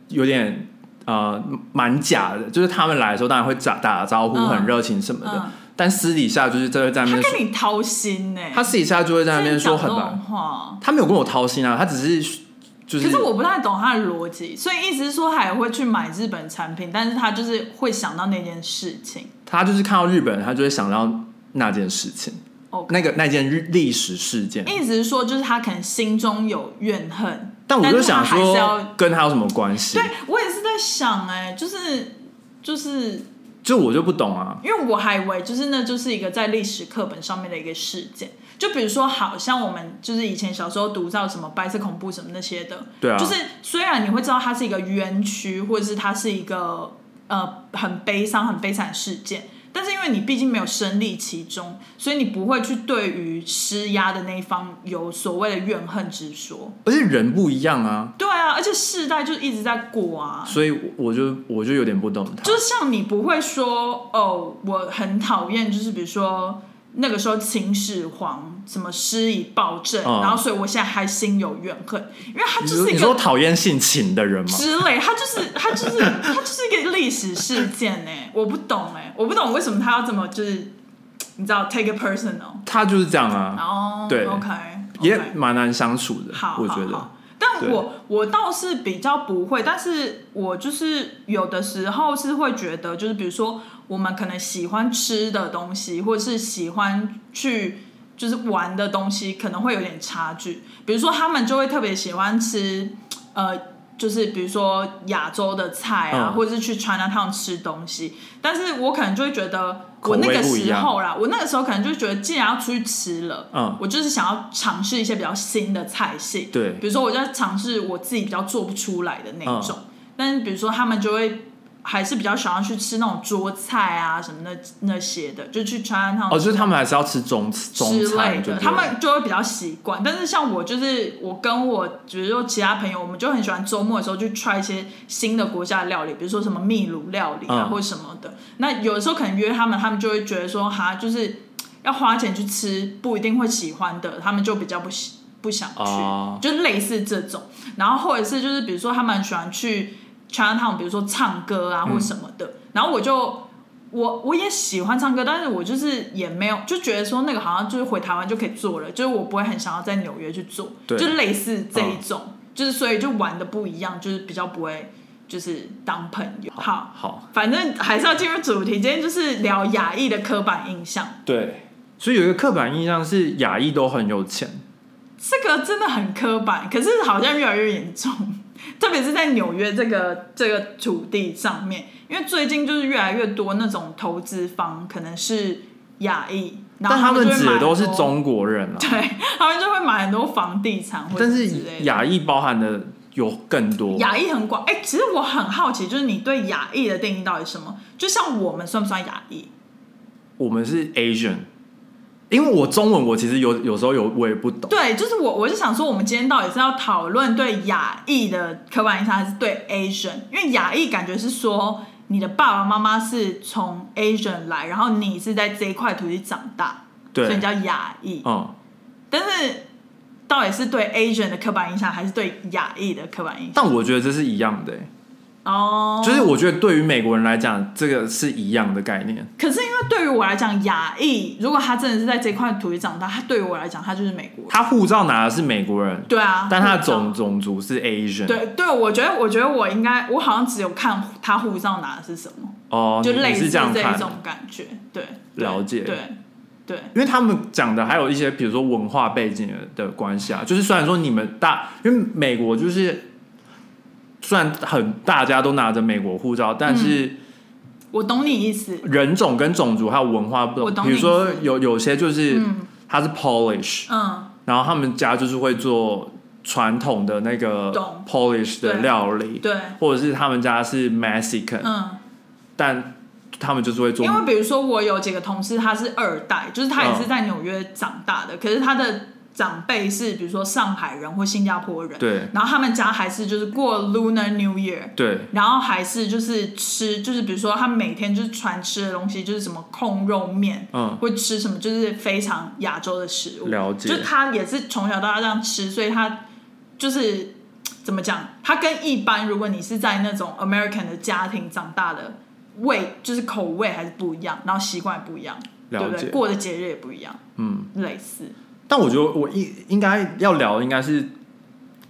Speaker 1: 有点。呃，蛮假的，就是他们来的时候，当然会打打招呼，
Speaker 2: 嗯
Speaker 1: 很热情什么的。
Speaker 2: 嗯，
Speaker 1: 但私底下就是在在那
Speaker 2: 她
Speaker 1: 边
Speaker 2: 跟
Speaker 1: 说，
Speaker 2: 你掏心呢、
Speaker 1: 他私底下就会在那边说很
Speaker 2: 真的讲这
Speaker 1: 难
Speaker 2: 种。话。
Speaker 1: 他没有跟我掏心啊，他只是就
Speaker 2: 可
Speaker 1: 是
Speaker 2: 是我不太懂他的逻辑，所以意思是说他也会去买日本产品，但是他就是会想到那件事情。
Speaker 1: 他就是看到日本人，他就会想到那件事情，
Speaker 2: OK，
Speaker 1: 那个那件日历史事件。
Speaker 2: 意思是说就是他可能心中有怨恨，
Speaker 1: 但我就
Speaker 2: 但是他
Speaker 1: 想
Speaker 2: 还是要
Speaker 1: 说，跟他有什么关系
Speaker 2: 对？我也是在想、哎，就是就是
Speaker 1: 就我就不懂啊。
Speaker 2: 因为我还以为就是那就是一个在历史课本上面的一个事件，就比如说，好像我们就是以前小时候读到什么白色恐怖什么那些的，
Speaker 1: 对啊
Speaker 2: 就是虽然你会知道它是一个冤屈，或者是它是一个呃很悲伤、很悲惨的事件，但是因为你毕竟没有身历其中，所以你不会去对于施压的那一方有所谓的怨恨之说。
Speaker 1: 而且人不一样啊，
Speaker 2: 对啊，而且世代就一直在过啊，
Speaker 1: 所以我就我就有点不懂他。
Speaker 2: 就是像你不会说哦，我很讨厌，就是比如说那个时候秦始皇什么施以暴政，
Speaker 1: 嗯
Speaker 2: 然后所以我现在还心有怨恨，因为他
Speaker 1: 你
Speaker 2: 就
Speaker 1: 说
Speaker 2: 是
Speaker 1: 你
Speaker 2: 一
Speaker 1: 说
Speaker 2: 个
Speaker 1: 讨厌性情的人吗？
Speaker 2: 之类，他就是他就是他就是一个历史事件呢、我不懂哎、我不懂为什么他要这么就是你知道 take it personal，
Speaker 1: 他就是这样啊，
Speaker 2: 哦，
Speaker 1: 对
Speaker 2: ，OK，,
Speaker 1: 也
Speaker 2: OK
Speaker 1: 蛮难相处的
Speaker 2: 好，，
Speaker 1: 我觉
Speaker 2: 好
Speaker 1: 得
Speaker 2: 好。但
Speaker 1: 对
Speaker 2: 我我倒是比较不会，但是我就是有的时候是会觉得，就是比如说我们可能喜欢吃的东西，或者是喜欢去就是玩的东西，可能会有点差距。比如说他们就会特别喜欢吃，呃，就是比如说亚洲的菜啊，
Speaker 1: 嗯
Speaker 2: 或者是去 China Town 吃东西，但是我可能就会觉得
Speaker 1: 口
Speaker 2: 我那
Speaker 1: 味
Speaker 2: 个
Speaker 1: 不一
Speaker 2: 时
Speaker 1: 样
Speaker 2: 候啦，我那个时候可能就觉得既然要出去吃了，
Speaker 1: 嗯
Speaker 2: 我就是想要尝试一些比较新的菜系，
Speaker 1: 对
Speaker 2: 比如说我在尝试我自己比较做不出来的那一
Speaker 1: 嗯
Speaker 2: 种，但是比如说他们就会。还是比较想要去吃那种桌菜啊什么那那些的，就去 China Town
Speaker 1: 哦，就是他们还是要吃中中
Speaker 2: 之类
Speaker 1: 餐，就
Speaker 2: 的，
Speaker 1: 对
Speaker 2: 他们就会比较习惯。但是像我，就是我跟我，比如说其他朋友，我们就很喜欢周末的时候去 try 一些新的国家的料理，比如说什么秘鲁料理啊，
Speaker 1: 嗯
Speaker 2: 或什么的。那有的时候可能约他们，他们就会觉得说，哈，就是要花钱去吃，不一定会喜欢的，他们就比较不喜不想去，
Speaker 1: 哦
Speaker 2: 就类似这种。然后或者是就是比如说他们很喜欢去 China Town，比如说唱歌啊或什么的，
Speaker 1: 嗯
Speaker 2: 然后我就。我我也喜欢唱歌，但是我就是也没有就觉得说那个好像就是回台湾就可以做了，就是我不会很想要在纽约去做，
Speaker 1: 对嗯
Speaker 2: 就类似这一种，就是所以就玩的不一样，就是比较不会就是当朋友。好，
Speaker 1: 好，
Speaker 2: 反正还是要进入主题，今天就是聊亚裔的刻板印象，
Speaker 1: 对，所以有一个刻板印象是亚裔都很有钱，
Speaker 2: 这个真的很刻板，可是好像越来越严重， 特别是在纽约这个这个土地上面，因为最近就是越来越多那种投资方可能是亚裔，然后
Speaker 1: 但他
Speaker 2: 们
Speaker 1: 们
Speaker 2: 就会
Speaker 1: 指
Speaker 2: 买
Speaker 1: 的都
Speaker 2: 很
Speaker 1: 是
Speaker 2: 多，
Speaker 1: 中国人啊，
Speaker 2: 对， 他们就会买很多房地产或者
Speaker 1: 但
Speaker 2: 之
Speaker 1: 是
Speaker 2: 类的。
Speaker 1: 亚裔包含的有更多，
Speaker 2: 亚裔很广，哎、其实我很好奇，就是你对亚裔的定义到底是什么？就像我们算不算亚裔？
Speaker 1: 我们是 Asian，因为我中文我其实有有时候有我也不懂，
Speaker 2: 对，就是我，我是想说，我们今天到底是要讨论对亚裔的刻板印象，还是对 Asian？因为亚裔感觉是说你的爸爸妈妈是从 Asian 来，然后你是在这一块土地长大，所以
Speaker 1: 对
Speaker 2: 你，叫亚裔。
Speaker 1: 嗯，
Speaker 2: 但是到底是对 Asian 的刻板印象，还是对亚裔的刻板印象？
Speaker 1: 但我觉得这是一样的欸、
Speaker 2: 哦、
Speaker 1: 就是我觉得对于美国人来讲，这个是一样的概念。
Speaker 2: 可是因为对于我来讲，亚裔如果他真的是在这块土地长大，他对于我来讲，他就是美国人。
Speaker 1: 他护照拿的是美国人，
Speaker 2: 对啊，
Speaker 1: 但他
Speaker 2: 护
Speaker 1: 的
Speaker 2: 照
Speaker 1: 种种族是 Asian。
Speaker 2: 对对，我觉得我觉得我应该，我好像只有看他护照拿的是什么，
Speaker 1: 哦，
Speaker 2: 就
Speaker 1: 你
Speaker 2: 类
Speaker 1: 你
Speaker 2: 似
Speaker 1: 是这样
Speaker 2: 一
Speaker 1: 看
Speaker 2: 种
Speaker 1: 的，
Speaker 2: 感觉。对，对
Speaker 1: 了解
Speaker 2: 对对
Speaker 1: 因为他们讲的还有一些，比如说文化背景的的关系啊。就是虽然说你们大，因为美国就是虽然很大家都拿着美国护照，但
Speaker 2: 嗯
Speaker 1: 是
Speaker 2: 我懂你意思。
Speaker 1: 人种跟种族还有文化不
Speaker 2: 我懂
Speaker 1: 比如
Speaker 2: 你意
Speaker 1: 说
Speaker 2: 思
Speaker 1: 有有些就是
Speaker 2: 嗯
Speaker 1: 他是 Polish，
Speaker 2: 嗯，
Speaker 1: 然后他们家就是会做传统的那个
Speaker 2: 懂
Speaker 1: Polish 的
Speaker 2: 对
Speaker 1: 料理，
Speaker 2: 对，
Speaker 1: 或者是他们家是 Mexican，、
Speaker 2: 嗯，
Speaker 1: 但他们就是会做
Speaker 2: 因为比如说我有几个同事，他是二代，就是他也
Speaker 1: 嗯
Speaker 2: 是在纽约长大的，可是他的长辈是比如说上海人或新加坡人，
Speaker 1: 对
Speaker 2: 然后他们家还是就是过 Lunar New Year，
Speaker 1: 对
Speaker 2: 然后还是就是吃，就是比如说他每天就是传吃的东西，就是什么控肉面，
Speaker 1: 嗯
Speaker 2: 会吃什么，就是非常亚洲的食物。
Speaker 1: 了解
Speaker 2: 就他也是从小到大这样吃，所以他就是怎么讲，他跟一般如果你是在那种 American 的家庭长大的味，就是口味还是不一样，然后习惯也不一样，对
Speaker 1: 了
Speaker 2: 不对？
Speaker 1: 解，
Speaker 2: 过的节日也不一样，
Speaker 1: 嗯。
Speaker 2: 类似。
Speaker 1: 但我觉得我应应该要聊，应该是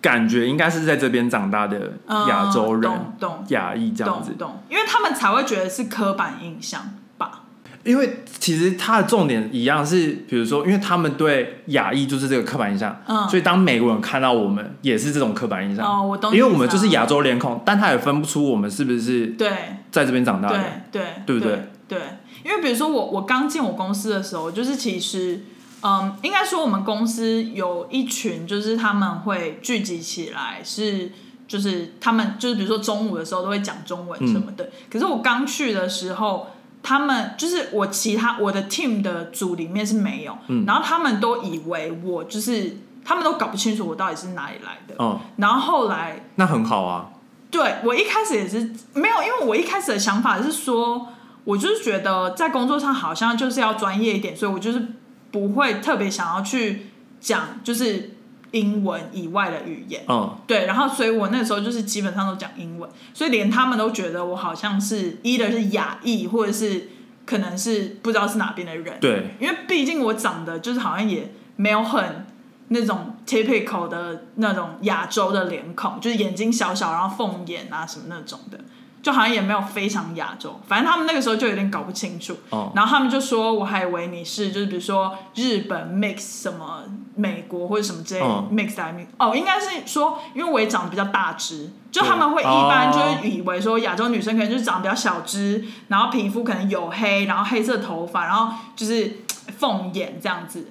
Speaker 1: 感觉应该是在这边长大的
Speaker 2: 嗯
Speaker 1: 亚洲人、
Speaker 2: 懂懂
Speaker 1: 亚裔这样
Speaker 2: 懂
Speaker 1: 子，
Speaker 2: 懂，因为他们才会觉得是刻板印象吧？
Speaker 1: 因为其实它的重点一样是，比如说，因为他们对亚裔就是这个刻板印象，
Speaker 2: 嗯
Speaker 1: 所以当美国人看到我们也是这种刻板印象，
Speaker 2: 哦，我懂你意
Speaker 1: 因
Speaker 2: 思啊。
Speaker 1: 为我们就是亚洲脸孔，但他也分不出我们是不是
Speaker 2: 对。
Speaker 1: 在这边长大
Speaker 2: 对
Speaker 1: 的，
Speaker 2: 对
Speaker 1: 对不
Speaker 2: 对？对，因为比如说我我刚进我公司的时候，就是其实嗯，应该说我们公司有一群，就是他们会聚集起来是。就是他们，就是比如说中午的时候都会讲中文什么
Speaker 1: 嗯
Speaker 2: 的。可是我刚去的时候，他们就是我其他我的 team 的组里面是没有，
Speaker 1: 嗯
Speaker 2: 然后他们都以为我就是，他们都搞不清楚我到底是哪里来的。
Speaker 1: 嗯，
Speaker 2: 然后后来
Speaker 1: 那很好啊，
Speaker 2: 对我一开始也是没有，因为我一开始的想法是说，我就是觉得在工作上好像就是要专业一点，所以我就是不会特别想要去讲就是英文以外的语言。
Speaker 1: 嗯，
Speaker 2: 对，然后所以我那时候就是基本上都讲英文，所以连他们都觉得我好像是 either 是亚裔，或者是可能是不知道是哪边的人。
Speaker 1: 对，
Speaker 2: 因为毕竟我长得就是好像也没有很那种 typical 的那种亚洲的脸孔，就是眼睛小小，然后凤眼啊什么那种的，就好像也没有非常亚洲。反正他们那个时候就有点搞不清楚，
Speaker 1: 哦
Speaker 2: 然后他们就说我还以为你是就是比如说日本 mix 什么美国或者什么之类、
Speaker 1: 嗯
Speaker 2: mix 来 mix 哦，应该是说，因为我也长得比较大只，就
Speaker 1: 对
Speaker 2: 他们会一般就
Speaker 1: 哦
Speaker 2: 是以为说亚洲女生可能就是长得比较小只，然后皮肤可能黝黑，然后黑色头发，然后就是嘖凤眼这样子，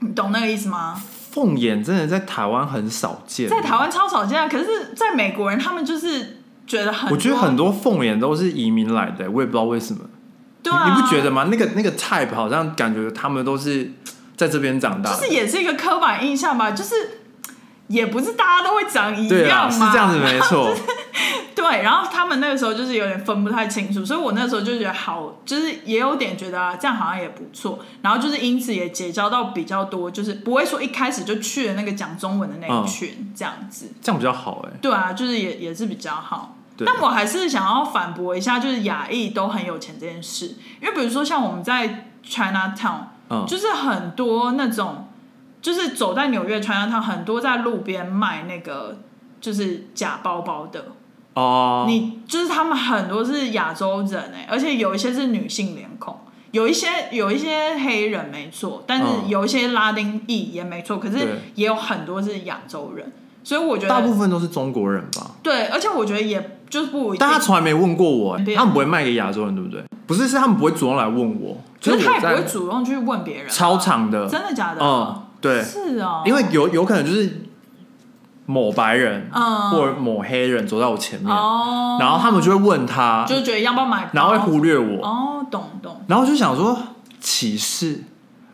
Speaker 2: 你懂那个意思吗？
Speaker 1: 凤眼真的在台湾很少见，
Speaker 2: 在台湾超少见，啊可是在美国人他们就是觉得很，
Speaker 1: 我觉得很多凤眼都是移民来的，我也不知道为什么。
Speaker 2: 对啊，
Speaker 1: 你你不觉得？吗？那个那个 type 好像感觉他们都是在这边长大
Speaker 2: 就
Speaker 1: 的，
Speaker 2: 是也是一个刻板印象吧，就是嘖也不是大家都会长一
Speaker 1: 对
Speaker 2: 样
Speaker 1: 啦，
Speaker 2: 嘛，
Speaker 1: 是这样子没 错。
Speaker 2: 对，然后他们那个时候就是有点分不太清楚，所以我那时候就觉得好，就是也有点觉得、啊、这样好像也不错，然后就是因此也结交到比较多，就是不会说一开始就去了那个讲中文的
Speaker 1: 嗯
Speaker 2: 那一群、这样子。
Speaker 1: 这样比较好哎、
Speaker 2: 对啊，就是也也是比较好。
Speaker 1: 对
Speaker 2: 但我还是想要反驳一下，就是亚裔都很有钱这件事，因为比如说像我们在 China Town，
Speaker 1: 嗯，
Speaker 2: 就是很多那种，就是走在纽约 China Town，很多在路边卖那个就是假包包的。
Speaker 1: 哦，
Speaker 2: 你就是他们很多是亚洲人哎、而且有一些是女性脸孔，有一些有一些黑人没错，但是
Speaker 1: 嗯
Speaker 2: 有一些拉丁裔也没错，可是
Speaker 1: 对
Speaker 2: 也有很多是亚洲人，所以我觉
Speaker 1: 大部
Speaker 2: 得
Speaker 1: 分都是中国人吧？
Speaker 2: 对，而且我觉得也就是不一定
Speaker 1: 但他，从来没问过我、欸，
Speaker 2: 对啊
Speaker 1: 他们不会卖给亚洲人，对不对？不是，是他们不会主动来问我，
Speaker 2: 可
Speaker 1: 就是
Speaker 2: 他
Speaker 1: 我
Speaker 2: 也不会
Speaker 1: 在
Speaker 2: 主动去问别人啊，
Speaker 1: 超场的，
Speaker 2: 真的假的？
Speaker 1: 嗯，对，
Speaker 2: 是哦，
Speaker 1: 因为有有可能就是某白人、
Speaker 2: 嗯
Speaker 1: 或者某黑人走在我前面，
Speaker 2: 哦，
Speaker 1: 然后他们就会问他，
Speaker 2: 就觉得要不要买包，
Speaker 1: 然后会忽略我，
Speaker 2: 哦，懂懂
Speaker 1: 然后就想说歧视。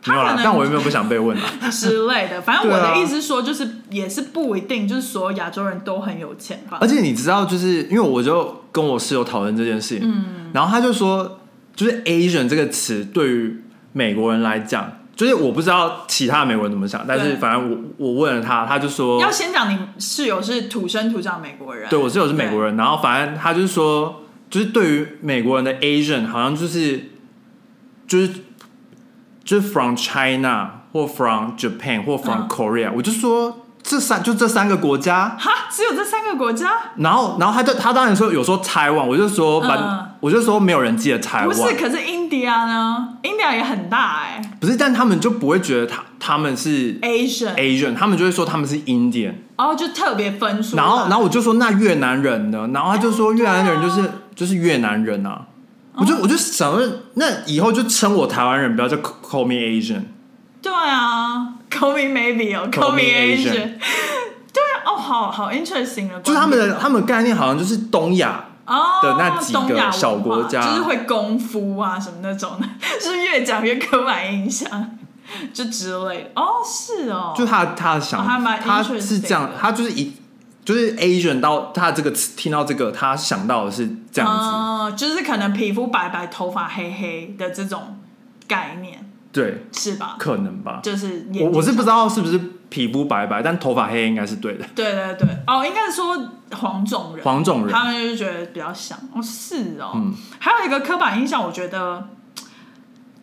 Speaker 2: 他
Speaker 1: 没有
Speaker 2: 可
Speaker 1: 啦，
Speaker 2: 能
Speaker 1: 但我有没有不想被问 啊？
Speaker 2: 之类的，反正我
Speaker 1: 对啊
Speaker 2: 的意思是说，就是也是不一定，就是所有亚洲人都很有钱吧
Speaker 1: 而。且你知道，就是因为我就跟我室友讨论这件事情，
Speaker 2: 嗯
Speaker 1: 然后他就说，就是 Asian 这个词对于美国人来讲，就是我不知道其他美国人怎么想，但是
Speaker 2: 对
Speaker 1: 反正我我问了他，他就说
Speaker 2: 要，先讲你室友是土生土长美国人，
Speaker 1: 对我室友是美国人，然后反正他就说，就是对于美国人的 Asian 好像就是就是就是 from China 或 from Japan 或 from
Speaker 2: 嗯
Speaker 1: Korea，、我就说这三就这三个国家，
Speaker 2: 哈，只有这三个国家，
Speaker 1: 然后，然后他就他当然说有说台湾，我就说
Speaker 2: 嗯
Speaker 1: 反、我就说没有人记得台
Speaker 2: 不
Speaker 1: 湾，
Speaker 2: 是？可是 India 呢？India 也很大哎、
Speaker 1: 不是但他们就不会觉得他他们是
Speaker 2: Asian，
Speaker 1: Asian，他们就会说他们是 Indian。
Speaker 2: 哦，就特别分出来。
Speaker 1: 然后，然后我就说那越南人呢？然后他就说越南人
Speaker 2: 哎
Speaker 1: 就是、
Speaker 2: 啊
Speaker 1: 就是越南人啊。我
Speaker 2: 哦
Speaker 1: 就我就想说，那以后就称我台湾人，不要叫 call me Asian。
Speaker 2: 对啊，Call me maybe 哦
Speaker 1: Call
Speaker 2: ，Call
Speaker 1: me
Speaker 2: me
Speaker 1: Asian
Speaker 2: Asian，对啊，哦，好好 interesting 的观点哦，
Speaker 1: 就是他们的他们的概念好像就是东亚，
Speaker 2: 哦
Speaker 1: 的那几个
Speaker 2: 东亚文化
Speaker 1: 小国家
Speaker 2: 就是会功夫啊什么那种的， 就是越讲越刻板印象，就之类的。哦，是哦，
Speaker 1: 就他他的想
Speaker 2: 哦还蛮
Speaker 1: 他是
Speaker 2: interesting
Speaker 1: 这样
Speaker 2: 的，
Speaker 1: 他就是一就是 Asian 到他这个词听到这个，他想到的是这样子。
Speaker 2: 嗯，就是可能皮肤白白、头发黑黑的这种概念
Speaker 1: 对，
Speaker 2: 是吧？
Speaker 1: 可能吧。
Speaker 2: 就是眼
Speaker 1: 我
Speaker 2: 睛
Speaker 1: 我是不知道是不是皮肤白白，但头发黑应该是对的。
Speaker 2: 对对对，哦，应该是说黄种人，
Speaker 1: 黄种人
Speaker 2: 他们就是觉得比较像哦，是哦，
Speaker 1: 嗯
Speaker 2: 还有一个刻板印象，我觉得。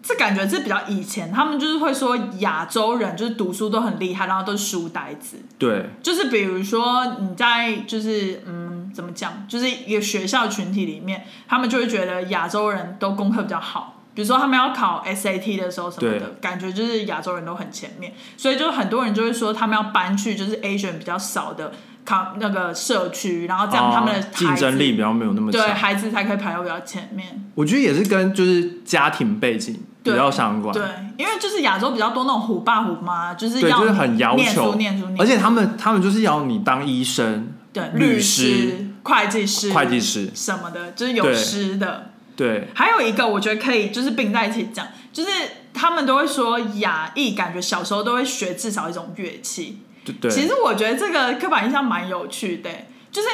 Speaker 2: 这感觉是比较以前，他们就是会说亚洲人就是读书都很厉害，然后都是书呆子，
Speaker 1: 对，
Speaker 2: 就是比如说你在就是嗯怎么讲，就是一个学校群体里面，他们就会觉得亚洲人都功课比较好。比如说他们要考 SAT 的时候什么的
Speaker 1: 对，
Speaker 2: 感觉就是亚洲人都很前面，所以就很多人就会说他们要搬去就是 Asian 比较少的考那个社区，然后这样他们的
Speaker 1: 哦
Speaker 2: 孩子
Speaker 1: 竞争力比较没有那么
Speaker 2: 对
Speaker 1: 强。
Speaker 2: 孩子才可以排到比较前面。
Speaker 1: 我觉得也是跟就是家庭背景比
Speaker 2: 对
Speaker 1: 较相关
Speaker 2: 对。，因为就是亚洲比较多那种虎爸虎妈，就是
Speaker 1: 对，
Speaker 2: 要
Speaker 1: 就是很要
Speaker 2: 念
Speaker 1: 求
Speaker 2: 书念书念，书，
Speaker 1: 而且他们他们就是要你当医生、
Speaker 2: 对
Speaker 1: 律
Speaker 2: 师、会计师、
Speaker 1: 会计师，
Speaker 2: 什么的，就是有
Speaker 1: 对
Speaker 2: 诗的。
Speaker 1: 对，
Speaker 2: 还有一个我觉得可以就是并在一起讲，就是他们都会说亚裔，感觉小时候都会学至少一种乐器。
Speaker 1: 就对，
Speaker 2: 其实我觉得这个刻板印象蛮有趣的、就是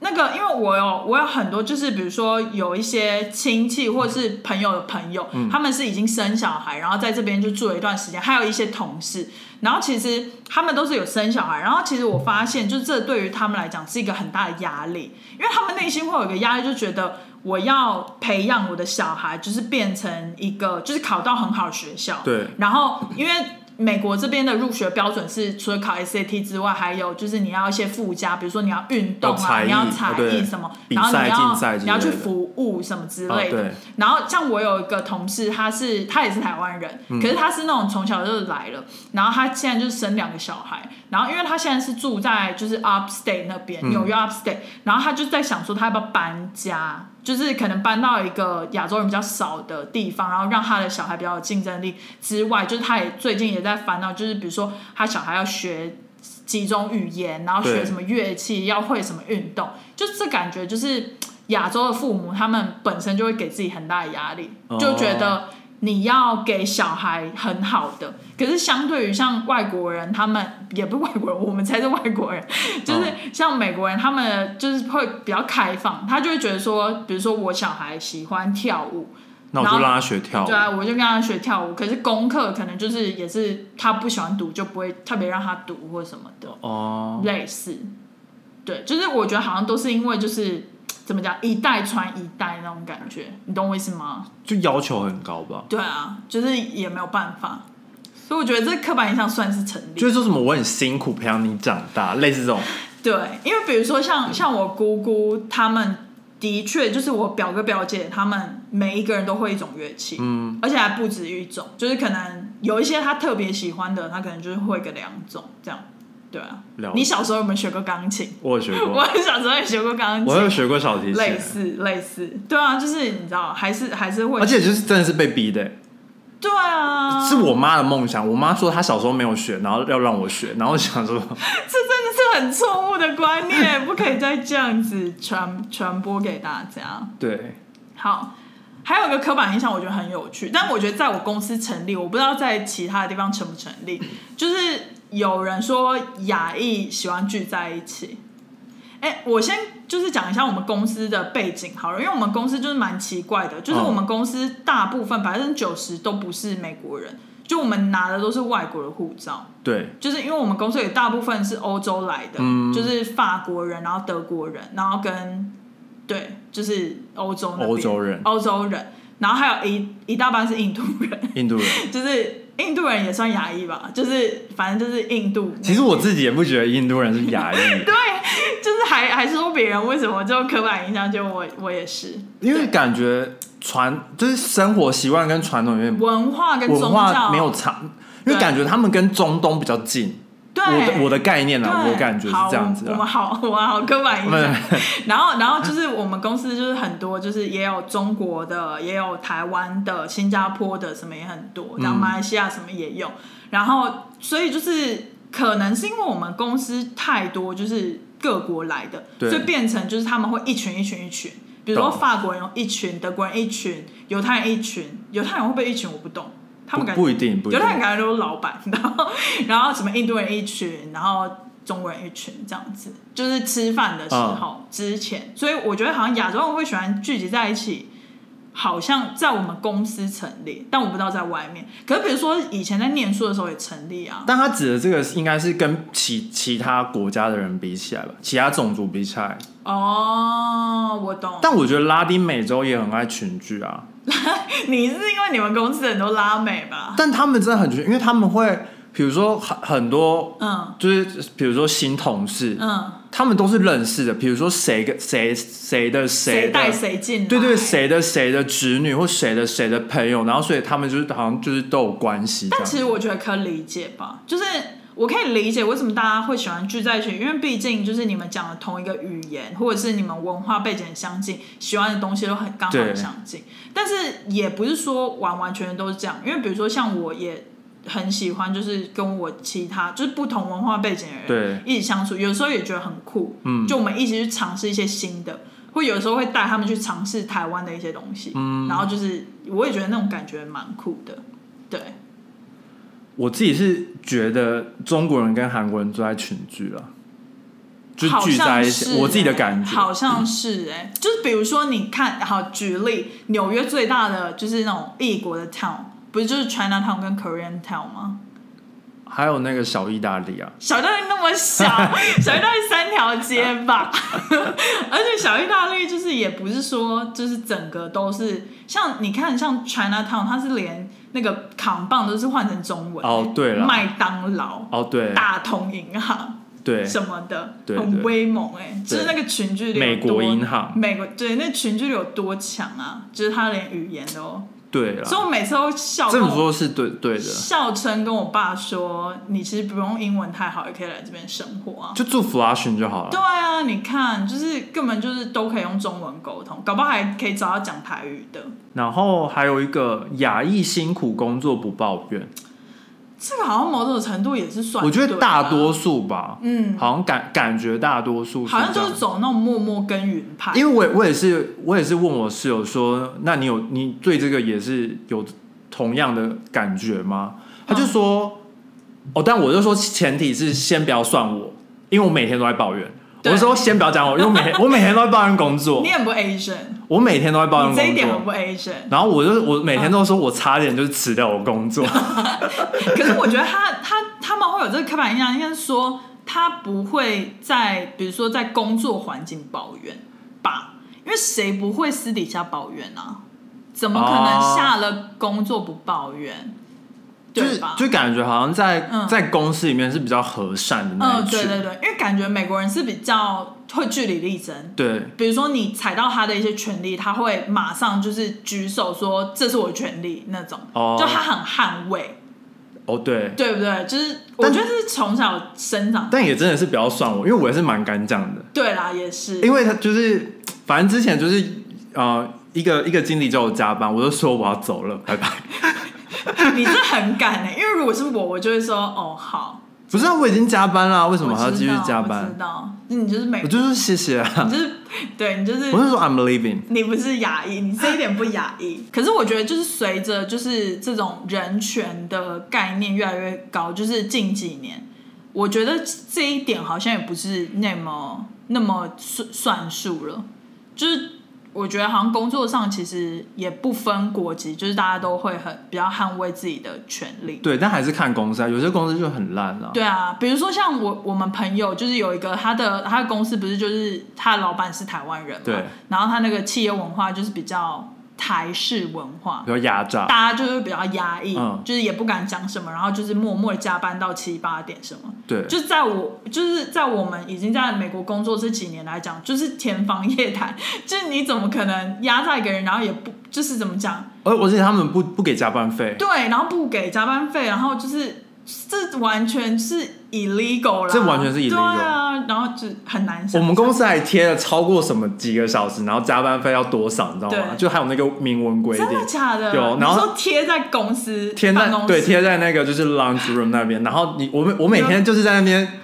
Speaker 2: 那个，因为我有我有很多，就是比如说有一些亲戚或者是朋友的朋友，
Speaker 1: 嗯
Speaker 2: 他们是已经生小孩，然后在这边就住了一段时间，还有一些同事，然后其实他们都是有生小孩，然后其实我发现，就是这对于他们来讲是一个很大的压力，因为他们内心会有一个压力，就觉得。我要培养我的小孩，就是变成一个，就是考到很好的学校，
Speaker 1: 对
Speaker 2: 然后因为美国这边的入学标准是除了考 SAT 之外，还有就是你要一些附加，比如说你要运动
Speaker 1: 要
Speaker 2: 啊，
Speaker 1: 才艺
Speaker 2: 你要才
Speaker 1: 哦对
Speaker 2: 艺什么，
Speaker 1: 比
Speaker 2: 然后
Speaker 1: 赛
Speaker 2: 你
Speaker 1: 竞赛
Speaker 2: 要
Speaker 1: 之
Speaker 2: 你要去
Speaker 1: 类的
Speaker 2: 服务什么之
Speaker 1: 啊
Speaker 2: 类的。
Speaker 1: 对
Speaker 2: 然后像我有一个同事，他是他也是台湾人，可是他是那种从小就来了，然后他现在就是生两个小孩，然后因为他现在是住在就是 Upstate 那边，纽约 Upstate，然后他就在想说他要不要搬家。就是可能搬到一个亚洲人比较少的地方，然后让他的小孩比较有竞争力之外，就是他也最近也在烦恼，就是比如说他小孩要学几种语言，然后
Speaker 1: 对
Speaker 2: 学什么乐器，要会什么运动，就这感觉就是嗯亚洲的父母他们本身就会给自己很大的压力，
Speaker 1: 哦
Speaker 2: 就觉得你要给小孩很好的，可是相对于像外国人，他们也不是外国人，我们才是外国
Speaker 1: 哦
Speaker 2: 人，就是像美国人，他们就是会比较开放，他就会觉得说，比如说我小孩喜欢跳舞，
Speaker 1: 那我就让他学跳舞
Speaker 2: 对。啊，我就跟他学跳舞，可是功课可能就是也是他不喜欢读，就不会特别让他读或什么的，
Speaker 1: 哦，
Speaker 2: 类似。对，就是我觉得好像都是因为就是怎么讲，一代传一代那种感觉，你懂我意思吗？
Speaker 1: 就要求很高吧？
Speaker 2: 对啊，就是也没有办法，所以我觉得这刻板印象算是成立。
Speaker 1: 就是说什么我很辛苦培养你长大，类似这种。
Speaker 2: 对，因为比如说像像我姑姑他们，的确就是我表哥表姐他们每一个人都会一种乐器，
Speaker 1: 嗯，
Speaker 2: 而且还不止一种，就是可能有一些他特别喜欢的，他可能就是会个两种这样。对啊
Speaker 1: 了，解
Speaker 2: 你小时候有没有学过钢琴？
Speaker 1: 我有学
Speaker 2: 我
Speaker 1: 过，
Speaker 2: 小时候也学过钢
Speaker 1: 我有
Speaker 2: 琴，
Speaker 1: 学过小提
Speaker 2: 类
Speaker 1: 琴，
Speaker 2: 似类似，对啊，就是你知道，还是还是会，
Speaker 1: 而且就是真的是被逼的、
Speaker 2: 对啊，
Speaker 1: 是我妈的梦想。我妈说她小时候没有学，然后要让我学，然后我想说，
Speaker 2: 这很错误的观念，不可以再这样子传传播给大家。
Speaker 1: 对，
Speaker 2: 好，还有一个刻板印象，我觉得很有趣，但我觉得在我公司成立，我不知道在其他的地方成不成立。就是有人说亚裔喜欢聚在一起。哎、我先就是讲一下我们公司的背景好了，因为我们公司就是蛮奇怪的，就是
Speaker 1: 嗯
Speaker 2: 我们公司大部分百分之九十都不是美国人，就我们拿的都是外国的护照。
Speaker 1: 对，
Speaker 2: 就是因为我们公司有大部分是欧洲来的，
Speaker 1: 嗯
Speaker 2: 就是法国人，然后德国人，然后跟对，就是欧洲那边
Speaker 1: 欧洲人
Speaker 2: 欧洲人，然后还有一一大半是印度人，
Speaker 1: 印度人。
Speaker 2: 就是印度人也算亚裔吧，就是反正就是印度。
Speaker 1: 其实我自己也不觉得印度人是亚裔，
Speaker 2: 就是还还是说别人为什么就刻板印象，就我我也是
Speaker 1: 因为感觉传就是生活习惯跟传统有点
Speaker 2: 文化跟
Speaker 1: 文
Speaker 2: 宗教
Speaker 1: 化没有差，因为
Speaker 2: 对
Speaker 1: 感觉他们跟中东比较近。
Speaker 2: 对
Speaker 1: 我的我的概念
Speaker 2: 对
Speaker 1: 啊，我感觉是
Speaker 2: 好
Speaker 1: 这样子
Speaker 2: 我们
Speaker 1: 啊。
Speaker 2: 好，我们好刻板印象
Speaker 1: 没。
Speaker 2: 然后，然后就是我们公司就是很多，就是也有中国的，也有台湾的、新加坡的，什么也很多，然后
Speaker 1: 嗯
Speaker 2: 马来西亚什么也有。然后，所以就是可能是因为我们公司太多，就是各国来的，
Speaker 1: 对
Speaker 2: 所以变成就是他们会一群一群一群。比如说
Speaker 1: 懂
Speaker 2: 法国人有一群，德国人一群，犹太人一群，犹太人会不会一群我不懂，他们
Speaker 1: 不
Speaker 2: 感觉
Speaker 1: 不一定，不一
Speaker 2: 犹
Speaker 1: 定。
Speaker 2: 太人感觉都是老板，然后然后什么印度人一群，然后中国人一群这样子，就是吃饭的时候、之前，所以我觉得好像亚洲人会喜欢聚集在一起，好像在我们公司成立，但我不知道在外面。可是比如说以前在念书的时候也成立啊，
Speaker 1: 但他指的这个应该是跟其其他国家的人比起来吧，其他种族比起来。
Speaker 2: 哦，我懂。
Speaker 1: 但我觉得拉丁美洲也很爱群聚啊，
Speaker 2: 你是因为你们公司很多拉美吧？
Speaker 1: 但他们真的很群，因为他们会，比如说很很多，
Speaker 2: 嗯
Speaker 1: 就是比如说新同事，
Speaker 2: 嗯，
Speaker 1: 他们都是认识的，比如说谁跟谁谁的谁
Speaker 2: 谁带
Speaker 1: 的。
Speaker 2: 谁进来？
Speaker 1: 对对，谁的谁的侄女或谁的谁的朋友，然后所以他们就是好像就是都有关系这
Speaker 2: 但其
Speaker 1: 样。
Speaker 2: 实我觉得可以理解吧，就是我可以理解为什么大家会喜欢聚在一起，因为毕竟就是你们讲的同一个语言，或者是你们文化背景很相近，喜欢的东西都很刚好
Speaker 1: 对
Speaker 2: 很相近。但是也不是说完完全全都是这样，因为比如说像我也很喜欢，就是跟我其他就是不同文化背景的人
Speaker 1: 对
Speaker 2: 一起相处，有时候也觉得很酷，
Speaker 1: 嗯
Speaker 2: 就我们一起去尝试一些新的。或有时候会带他们去尝试台湾的一些东西，
Speaker 1: 嗯
Speaker 2: 然后就是我也觉得那种感觉蛮酷的，对。
Speaker 1: 我自己是觉得中国人跟韩国人都在群聚了，就
Speaker 2: 好
Speaker 1: 聚
Speaker 2: 像
Speaker 1: 在一
Speaker 2: 是
Speaker 1: 起。我自己的
Speaker 2: 欸
Speaker 1: 感觉，嗯
Speaker 2: 好像是哎、就是比如说你看，好举例，纽约最大的就是那种异国的 town，不是就是 China town 跟 Korean town 吗？
Speaker 1: 还有那个小意大利啊，
Speaker 2: 小意大利那么 小，小意大利三条街吧， 而且小意大利就是也不是说就是整个都是像你看像 China Town，它是连那个扛棒都是换成中文
Speaker 1: 哦对了
Speaker 2: 麦当劳、
Speaker 1: 哦对
Speaker 2: 大同银行
Speaker 1: 对，
Speaker 2: 什么的，
Speaker 1: 对
Speaker 2: 很
Speaker 1: 对
Speaker 2: 威猛哎、就是那个群聚力有
Speaker 1: 美
Speaker 2: 多
Speaker 1: 国银行
Speaker 2: 美国对那群聚力有多强啊，就是他连语言都，
Speaker 1: 对啊啦
Speaker 2: 所，以我每次都笑
Speaker 1: 这
Speaker 2: 跟
Speaker 1: 么
Speaker 2: 我
Speaker 1: 说是对对的，
Speaker 2: 笑称跟我爸说，你其实不用英文太好，也可以来这边生活啊。
Speaker 1: 就做 flushing 就好
Speaker 2: 对
Speaker 1: 了。
Speaker 2: 啊，你看，就是根本就是都可以用中文沟通，搞不好还可以找到讲台语的。
Speaker 1: 然后还有一个亚裔辛苦工作不抱怨，
Speaker 2: 这个好像某种程度也是算、啊
Speaker 1: 我觉得大多，数吧，
Speaker 2: 嗯，
Speaker 1: 好像感感觉大多数
Speaker 2: 好像
Speaker 1: 这
Speaker 2: 就
Speaker 1: 样
Speaker 2: 是走那种默默耕耘派。
Speaker 1: 因为我也我也是我也是问我室友说，那你有你对这个也是有同样的感觉吗？他就
Speaker 2: 嗯
Speaker 1: 说，哦，但我就说前提是先不要算我，因为我每天都在抱怨。我就
Speaker 2: 对
Speaker 1: 说先不要讲我，因为我每天我每天都在抱怨工作
Speaker 2: 你，很不 Asian，
Speaker 1: 我每天都在抱怨
Speaker 2: 你这一
Speaker 1: 工
Speaker 2: 点很
Speaker 1: 作。
Speaker 2: 不 Asian。
Speaker 1: 然后我就我每天都说，我差点就是辞掉我工作。
Speaker 2: 可是我觉得他他他们会有这个刻板印象，应该是说他不会在比如说在工作环境抱怨吧，因为谁不会私底下抱怨啊？怎么可能
Speaker 1: 哦
Speaker 2: 下了工作不抱怨？
Speaker 1: 就是
Speaker 2: 对吧？
Speaker 1: 就感觉好像在、
Speaker 2: 嗯
Speaker 1: 在公司里面是比较和善的那
Speaker 2: 嗯，
Speaker 1: 一群，
Speaker 2: 对对对，因为感觉美国人是比较会据理力争。
Speaker 1: 对
Speaker 2: 比如说你踩到他的一些权利，他会马上就是举手说这是我的权利那种，
Speaker 1: 哦
Speaker 2: 就他很捍卫，
Speaker 1: 哦对，
Speaker 2: 对不对？就是我
Speaker 1: 但
Speaker 2: 觉得是从小生长，
Speaker 1: 但也真的是不要算我，因为我也是蛮敢讲的。
Speaker 2: 对啦，也是，
Speaker 1: 因为他就是，反正之前就是呃，一个一个经理叫我加班，我就说我要走了，拜拜。
Speaker 2: 你这很敢呢、欸 因为如果是我，我就会说哦好，
Speaker 1: 不是、啊，我已经加班啦，为什么
Speaker 2: 我
Speaker 1: 还要
Speaker 2: 知
Speaker 1: 继续
Speaker 2: 道
Speaker 1: 加
Speaker 2: 我
Speaker 1: 班
Speaker 2: 知？道，你就是美，
Speaker 1: 我
Speaker 2: 你
Speaker 1: 就说谢谢啊，
Speaker 2: 就是对你就是
Speaker 1: 我就说 I'm leaving。
Speaker 2: 你不是亚裔，你这一点不亚 裔。可是我觉得，就是随着就是这种人权的概念越来越高，就是近几年，我觉得这一点好像也不是那么那么算算数了。就是我觉得好像工作上其实也不分国籍，就是大家都会很比较捍卫自己的权利。
Speaker 1: 对，但还是看公司啊，有些公司就很烂啊。
Speaker 2: 对啊，比如说像我我们朋友就是有一个他的他的公司不是就是他的老板是台湾人嘛，
Speaker 1: 对，
Speaker 2: 然后他那个企业文化就是比较台式文化
Speaker 1: 比，较压榨。
Speaker 2: 大家就是比较压抑，
Speaker 1: 嗯
Speaker 2: 就是也不敢讲什么，然后就是默默地加班到七八点什么。
Speaker 1: 对，
Speaker 2: 就在我就是在我们已经在美国工作这几年来讲，就是天方夜谭，就是你怎么可能压榨一个人，然后也不就是怎么讲，
Speaker 1: 而而且他们不不给加班费，
Speaker 2: 对，然后不给加班费，然后就是这完全是 illegal 啦，
Speaker 1: 这完全是 illegal
Speaker 2: 对啊，然后就很难
Speaker 1: 我
Speaker 2: 想。
Speaker 1: 们公司还贴了超过什么几个小时，然后加班费要多少，你知道吗？
Speaker 2: 对
Speaker 1: 就还有那个明文规定
Speaker 2: 真，的假的？
Speaker 1: 有然后
Speaker 2: 你说贴在公司
Speaker 1: 贴
Speaker 2: 办
Speaker 1: 在
Speaker 2: 公室
Speaker 1: 对贴在那个就是 lounge room 那边，然后你我每我每天就是在那边，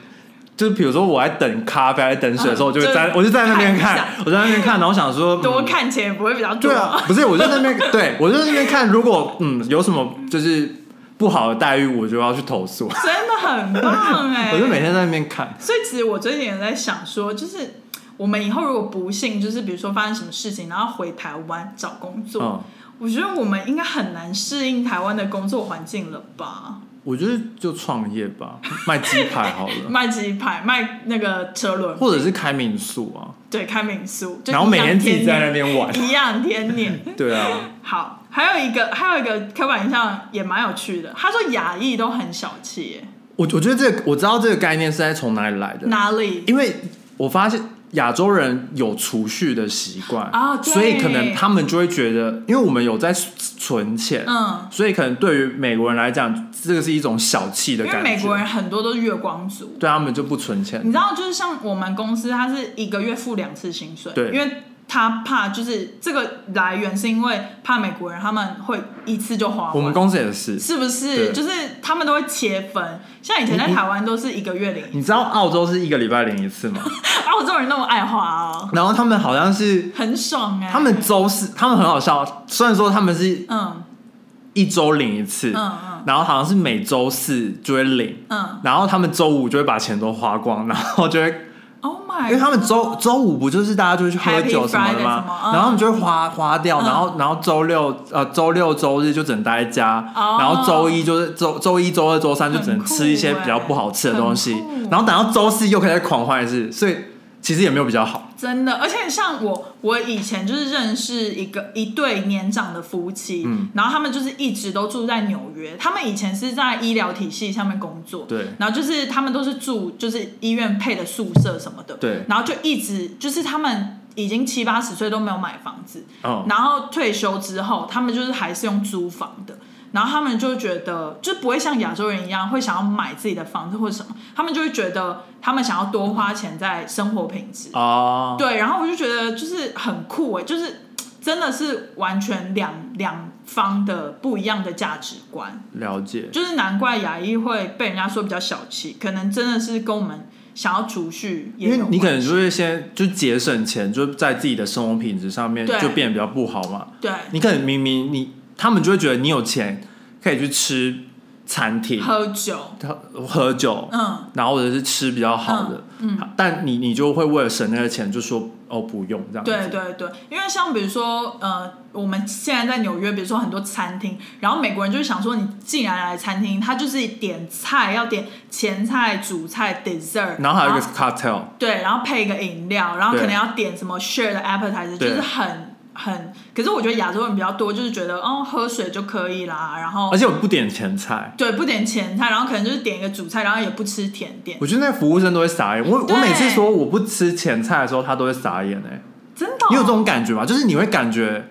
Speaker 1: 就是比如说我在等咖啡、还在等水的时候，
Speaker 2: 嗯
Speaker 1: 我就会
Speaker 2: 就
Speaker 1: 在我就在那边
Speaker 2: 看一下
Speaker 1: 看，我在那边看，然后想说
Speaker 2: 多
Speaker 1: 嗯
Speaker 2: 看钱也不会比较多。
Speaker 1: 对啊，不是我就在那边对我就在那边看，如果嗯有什么就是不好的待遇，我就要去投诉，
Speaker 2: 真的很 棒哎、
Speaker 1: 我就每天在那边看。
Speaker 2: 所以其实我最近也在想说，就是我们以后如果不幸，就是比如说发生什么事情，然后回台湾找工作，
Speaker 1: 嗯，
Speaker 2: 我觉得我们应该很难适应台湾的工作环境了吧？
Speaker 1: 我觉得就创业吧，卖鸡排好了，
Speaker 2: 卖鸡排，卖那个车轮，
Speaker 1: 或者是开民宿啊，
Speaker 2: 对，开民宿，就
Speaker 1: 然后每天自己在那
Speaker 2: 边
Speaker 1: 边 玩。
Speaker 2: 一样 天念。
Speaker 1: 对啊，
Speaker 2: 好，还有一个，还有一个刻板印象也蛮有趣的，他说亚裔都很小气耶，
Speaker 1: 我我觉得这个我知道这个概念是在从哪里来的，
Speaker 2: 哪里？
Speaker 1: 因为我发现亚洲人有储蓄的习惯
Speaker 2: 啊对
Speaker 1: 所以可能他们就会觉得，因为我们有在存钱，
Speaker 2: 嗯，
Speaker 1: 所以可能对于美国人来讲，这个是一种小气的
Speaker 2: 因为
Speaker 1: 感觉。
Speaker 2: 美国人嗯很多都是月光族，
Speaker 1: 对他们就不存钱
Speaker 2: 你，知道，就是像我们公司，它是一个月付两次薪水，
Speaker 1: 对
Speaker 2: 因为他怕就是这个来源是因为怕美国人他们会一次就花完，
Speaker 1: 我们公司也是。
Speaker 2: 是不是
Speaker 1: 对
Speaker 2: 就是他们都会切分？像以前在
Speaker 1: 你你
Speaker 2: 台湾都是一个月领，啊
Speaker 1: 你知道澳洲是一个礼拜领一次吗？
Speaker 2: 澳洲人那么爱花哦，
Speaker 1: 然后他们好像是
Speaker 2: 很爽哎、
Speaker 1: 他们周四，他们很好笑，虽然说他们是
Speaker 2: 嗯
Speaker 1: 一周领一次，
Speaker 2: 嗯嗯
Speaker 1: 然后好像是每周四就会领，
Speaker 2: 嗯
Speaker 1: 然后他们周五就会把钱都花光，然后就会
Speaker 2: ，Oh my 太
Speaker 1: 因为他们周周五不就是大家就会去喝
Speaker 2: Happy
Speaker 1: 酒什么的
Speaker 2: Friday
Speaker 1: 吗
Speaker 2: 什么？嗯
Speaker 1: 然后他们就会花花掉，
Speaker 2: 嗯
Speaker 1: 然后然后周六呃周六周日就只能待在家，
Speaker 2: 哦
Speaker 1: 然后周一就是周周一周二周三就只能
Speaker 2: 很酷
Speaker 1: 吃一些比较
Speaker 2: 欸
Speaker 1: 不好吃的东西
Speaker 2: 很酷，
Speaker 1: 然后等到周四又开始狂欢一次，所以其实也没有比较好。
Speaker 2: 真的，而且像我，我以前就是认识一个一对年长的夫妻，
Speaker 1: 嗯
Speaker 2: 然后他们就是一直都住在纽约，他们以前是在医疗体系上面工作，
Speaker 1: 对
Speaker 2: 然后就是他们都是住就是医院配的宿舍什么的，
Speaker 1: 对
Speaker 2: 然后就一直就是他们已经七八十岁都没有买房子，
Speaker 1: 嗯，
Speaker 2: 然后退休之后，他们就是还是用租房的。然后他们就觉得，就不会像亚洲人一样会想要买自己的房子或者什么，他们就会觉得他们想要多花钱在生活品质。
Speaker 1: 哦，
Speaker 2: 对，然后我就觉得就是很酷哎、就是真的是完全两两方的不一样的价值观，
Speaker 1: 了解。
Speaker 2: 就是难怪雅一会被人家说比较小气，可能真的是跟我们想要储蓄也
Speaker 1: 因
Speaker 2: 有
Speaker 1: 为你可能
Speaker 2: 关
Speaker 1: 就
Speaker 2: 系
Speaker 1: 会先就节省钱，就在自己的生活品质上面
Speaker 2: 对
Speaker 1: 就变得比较不好嘛。
Speaker 2: 对
Speaker 1: 你可能明明你他们就会觉得你有钱可以去吃餐厅、
Speaker 2: 喝酒，
Speaker 1: 喝喝酒，
Speaker 2: 嗯，
Speaker 1: 然后或者是吃比较好的，
Speaker 2: 嗯
Speaker 1: 但你你就会为了省那个钱就说哦不用这样子，
Speaker 2: 对对对，因为像比如说呃，我们现在在纽约，比如说很多餐厅，然后美国人就是想说，你既然来餐厅，他就是点菜要点前菜、主菜、dessert，
Speaker 1: 然后还有一个 cartel，
Speaker 2: 对，然后配一个饮料，然后
Speaker 1: 对
Speaker 2: 可能要点什么 share 的 appetizer，就
Speaker 1: 对
Speaker 2: 是很很。可是我觉得亚洲人比较多，就是觉得哦喝水就可以啦，然后
Speaker 1: 而且我不点前菜。
Speaker 2: 对不点前菜，然后可能就是点一个主菜，然后也不吃甜点，
Speaker 1: 我觉得那服务生都会傻眼，我我
Speaker 2: 对
Speaker 1: 每次说我不吃前菜的时候，他都会傻眼哎、
Speaker 2: 真的哦、
Speaker 1: 你有这种感觉吗？就是你会感觉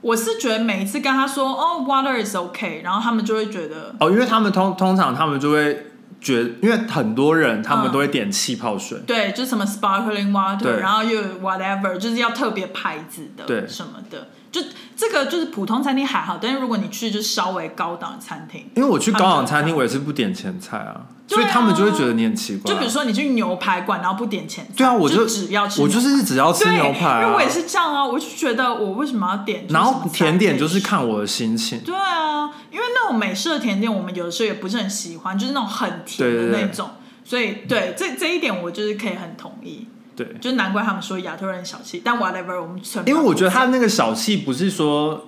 Speaker 2: 我是觉得每一次跟他说哦 water is okay，然后他们就会觉得
Speaker 1: 哦，因为他们通通常他们就会觉得，因为很多人他们都会点气泡水，
Speaker 2: 对，就是什么 sparkling water，
Speaker 1: 对
Speaker 2: 然后又有 whatever，就是要特别牌子
Speaker 1: 对
Speaker 2: 的什么的，就这个就是普通餐厅还好，但是如果你去就是稍微高档的餐厅，
Speaker 1: 因为我去高档餐
Speaker 2: 他们
Speaker 1: 厅，
Speaker 2: 就
Speaker 1: 我也是不点前菜啊，
Speaker 2: 对啊
Speaker 1: 所以他们就会觉得你很奇怪。啊
Speaker 2: 就比如，说你去牛排馆，然后不点前菜，
Speaker 1: 对啊，我
Speaker 2: 就
Speaker 1: 就
Speaker 2: 只要吃牛
Speaker 1: 我
Speaker 2: 排，
Speaker 1: 就是只要吃
Speaker 2: 对
Speaker 1: 牛排、啊，
Speaker 2: 因为我也。是这样啊，我就觉得我为什么要点？
Speaker 1: 然后甜点就是。看我的心情，
Speaker 2: 对啊，因为那种美式的甜点，我们有的时候也不是很喜欢，就是那种很甜
Speaker 1: 对
Speaker 2: 的
Speaker 1: 对对
Speaker 2: 那种，所以对这这一点我就是可以很同意，
Speaker 1: 对，
Speaker 2: 就是难怪他们说亚洲人小气，但 whatever 我们存，
Speaker 1: 因为我觉得他那个小气不是说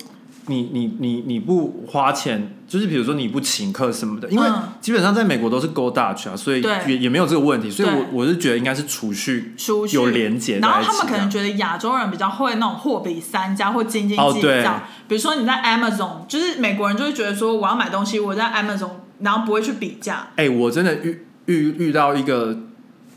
Speaker 1: 你你你你不花钱，就是比如说你不请客什么的，因为
Speaker 2: 嗯
Speaker 1: 基本上在美国都是 go Dutch 啊，所以
Speaker 2: 对
Speaker 1: 也也没有这个问题，所以
Speaker 2: 对
Speaker 1: 我我是觉得应该是储蓄
Speaker 2: 出去
Speaker 1: 有连结在
Speaker 2: 然
Speaker 1: 一起
Speaker 2: 后
Speaker 1: 的。
Speaker 2: 他们可能觉得亚洲人比较会那种货比三家或斤斤
Speaker 1: 哦
Speaker 2: 计
Speaker 1: 对
Speaker 2: 较，比如说你在 Amazon，就是美国人就会觉得说我要买东西，我在 Amazon，然后不会去比价，
Speaker 1: 哎、我真的遇遇遇到一个，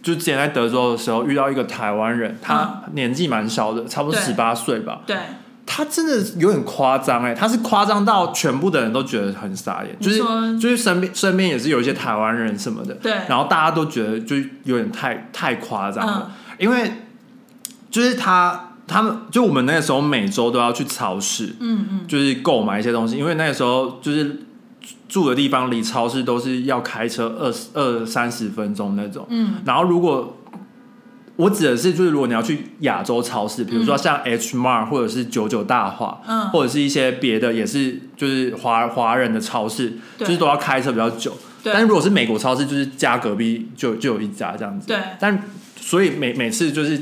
Speaker 1: 就之前在德州的时候遇到一个台湾人，他年纪蛮小的，差不多
Speaker 2: 嗯对
Speaker 1: 十八岁吧。
Speaker 2: 对，
Speaker 1: 他真的有点夸张哎，他是夸张到全部的人都觉得很傻眼，
Speaker 2: 你
Speaker 1: 就是
Speaker 2: 说
Speaker 1: 就是身边身边也是有一些台湾人什么的，
Speaker 2: 对
Speaker 1: 然后大家都觉得就有点太太夸张
Speaker 2: 嗯
Speaker 1: 了，因为就是他他们就我们那个时候每周都要去超市，
Speaker 2: 嗯嗯。
Speaker 1: 就是购买一些东西，因为那个时候就是住的地方离超市都是要开车二十二三十分钟那种。
Speaker 2: 嗯，
Speaker 1: 然后如果我指的是，就是如果你要去亚洲超市，比如说像 H Mart 或者是九九大华，
Speaker 2: 嗯
Speaker 1: 或者是一些别的也是就是华华人的超市，就
Speaker 2: 对
Speaker 1: 是都要开车比较久。
Speaker 2: 对
Speaker 1: 但如果是美国超市，就是家隔壁就就有一家这样子。
Speaker 2: 对
Speaker 1: 但所以每每次就是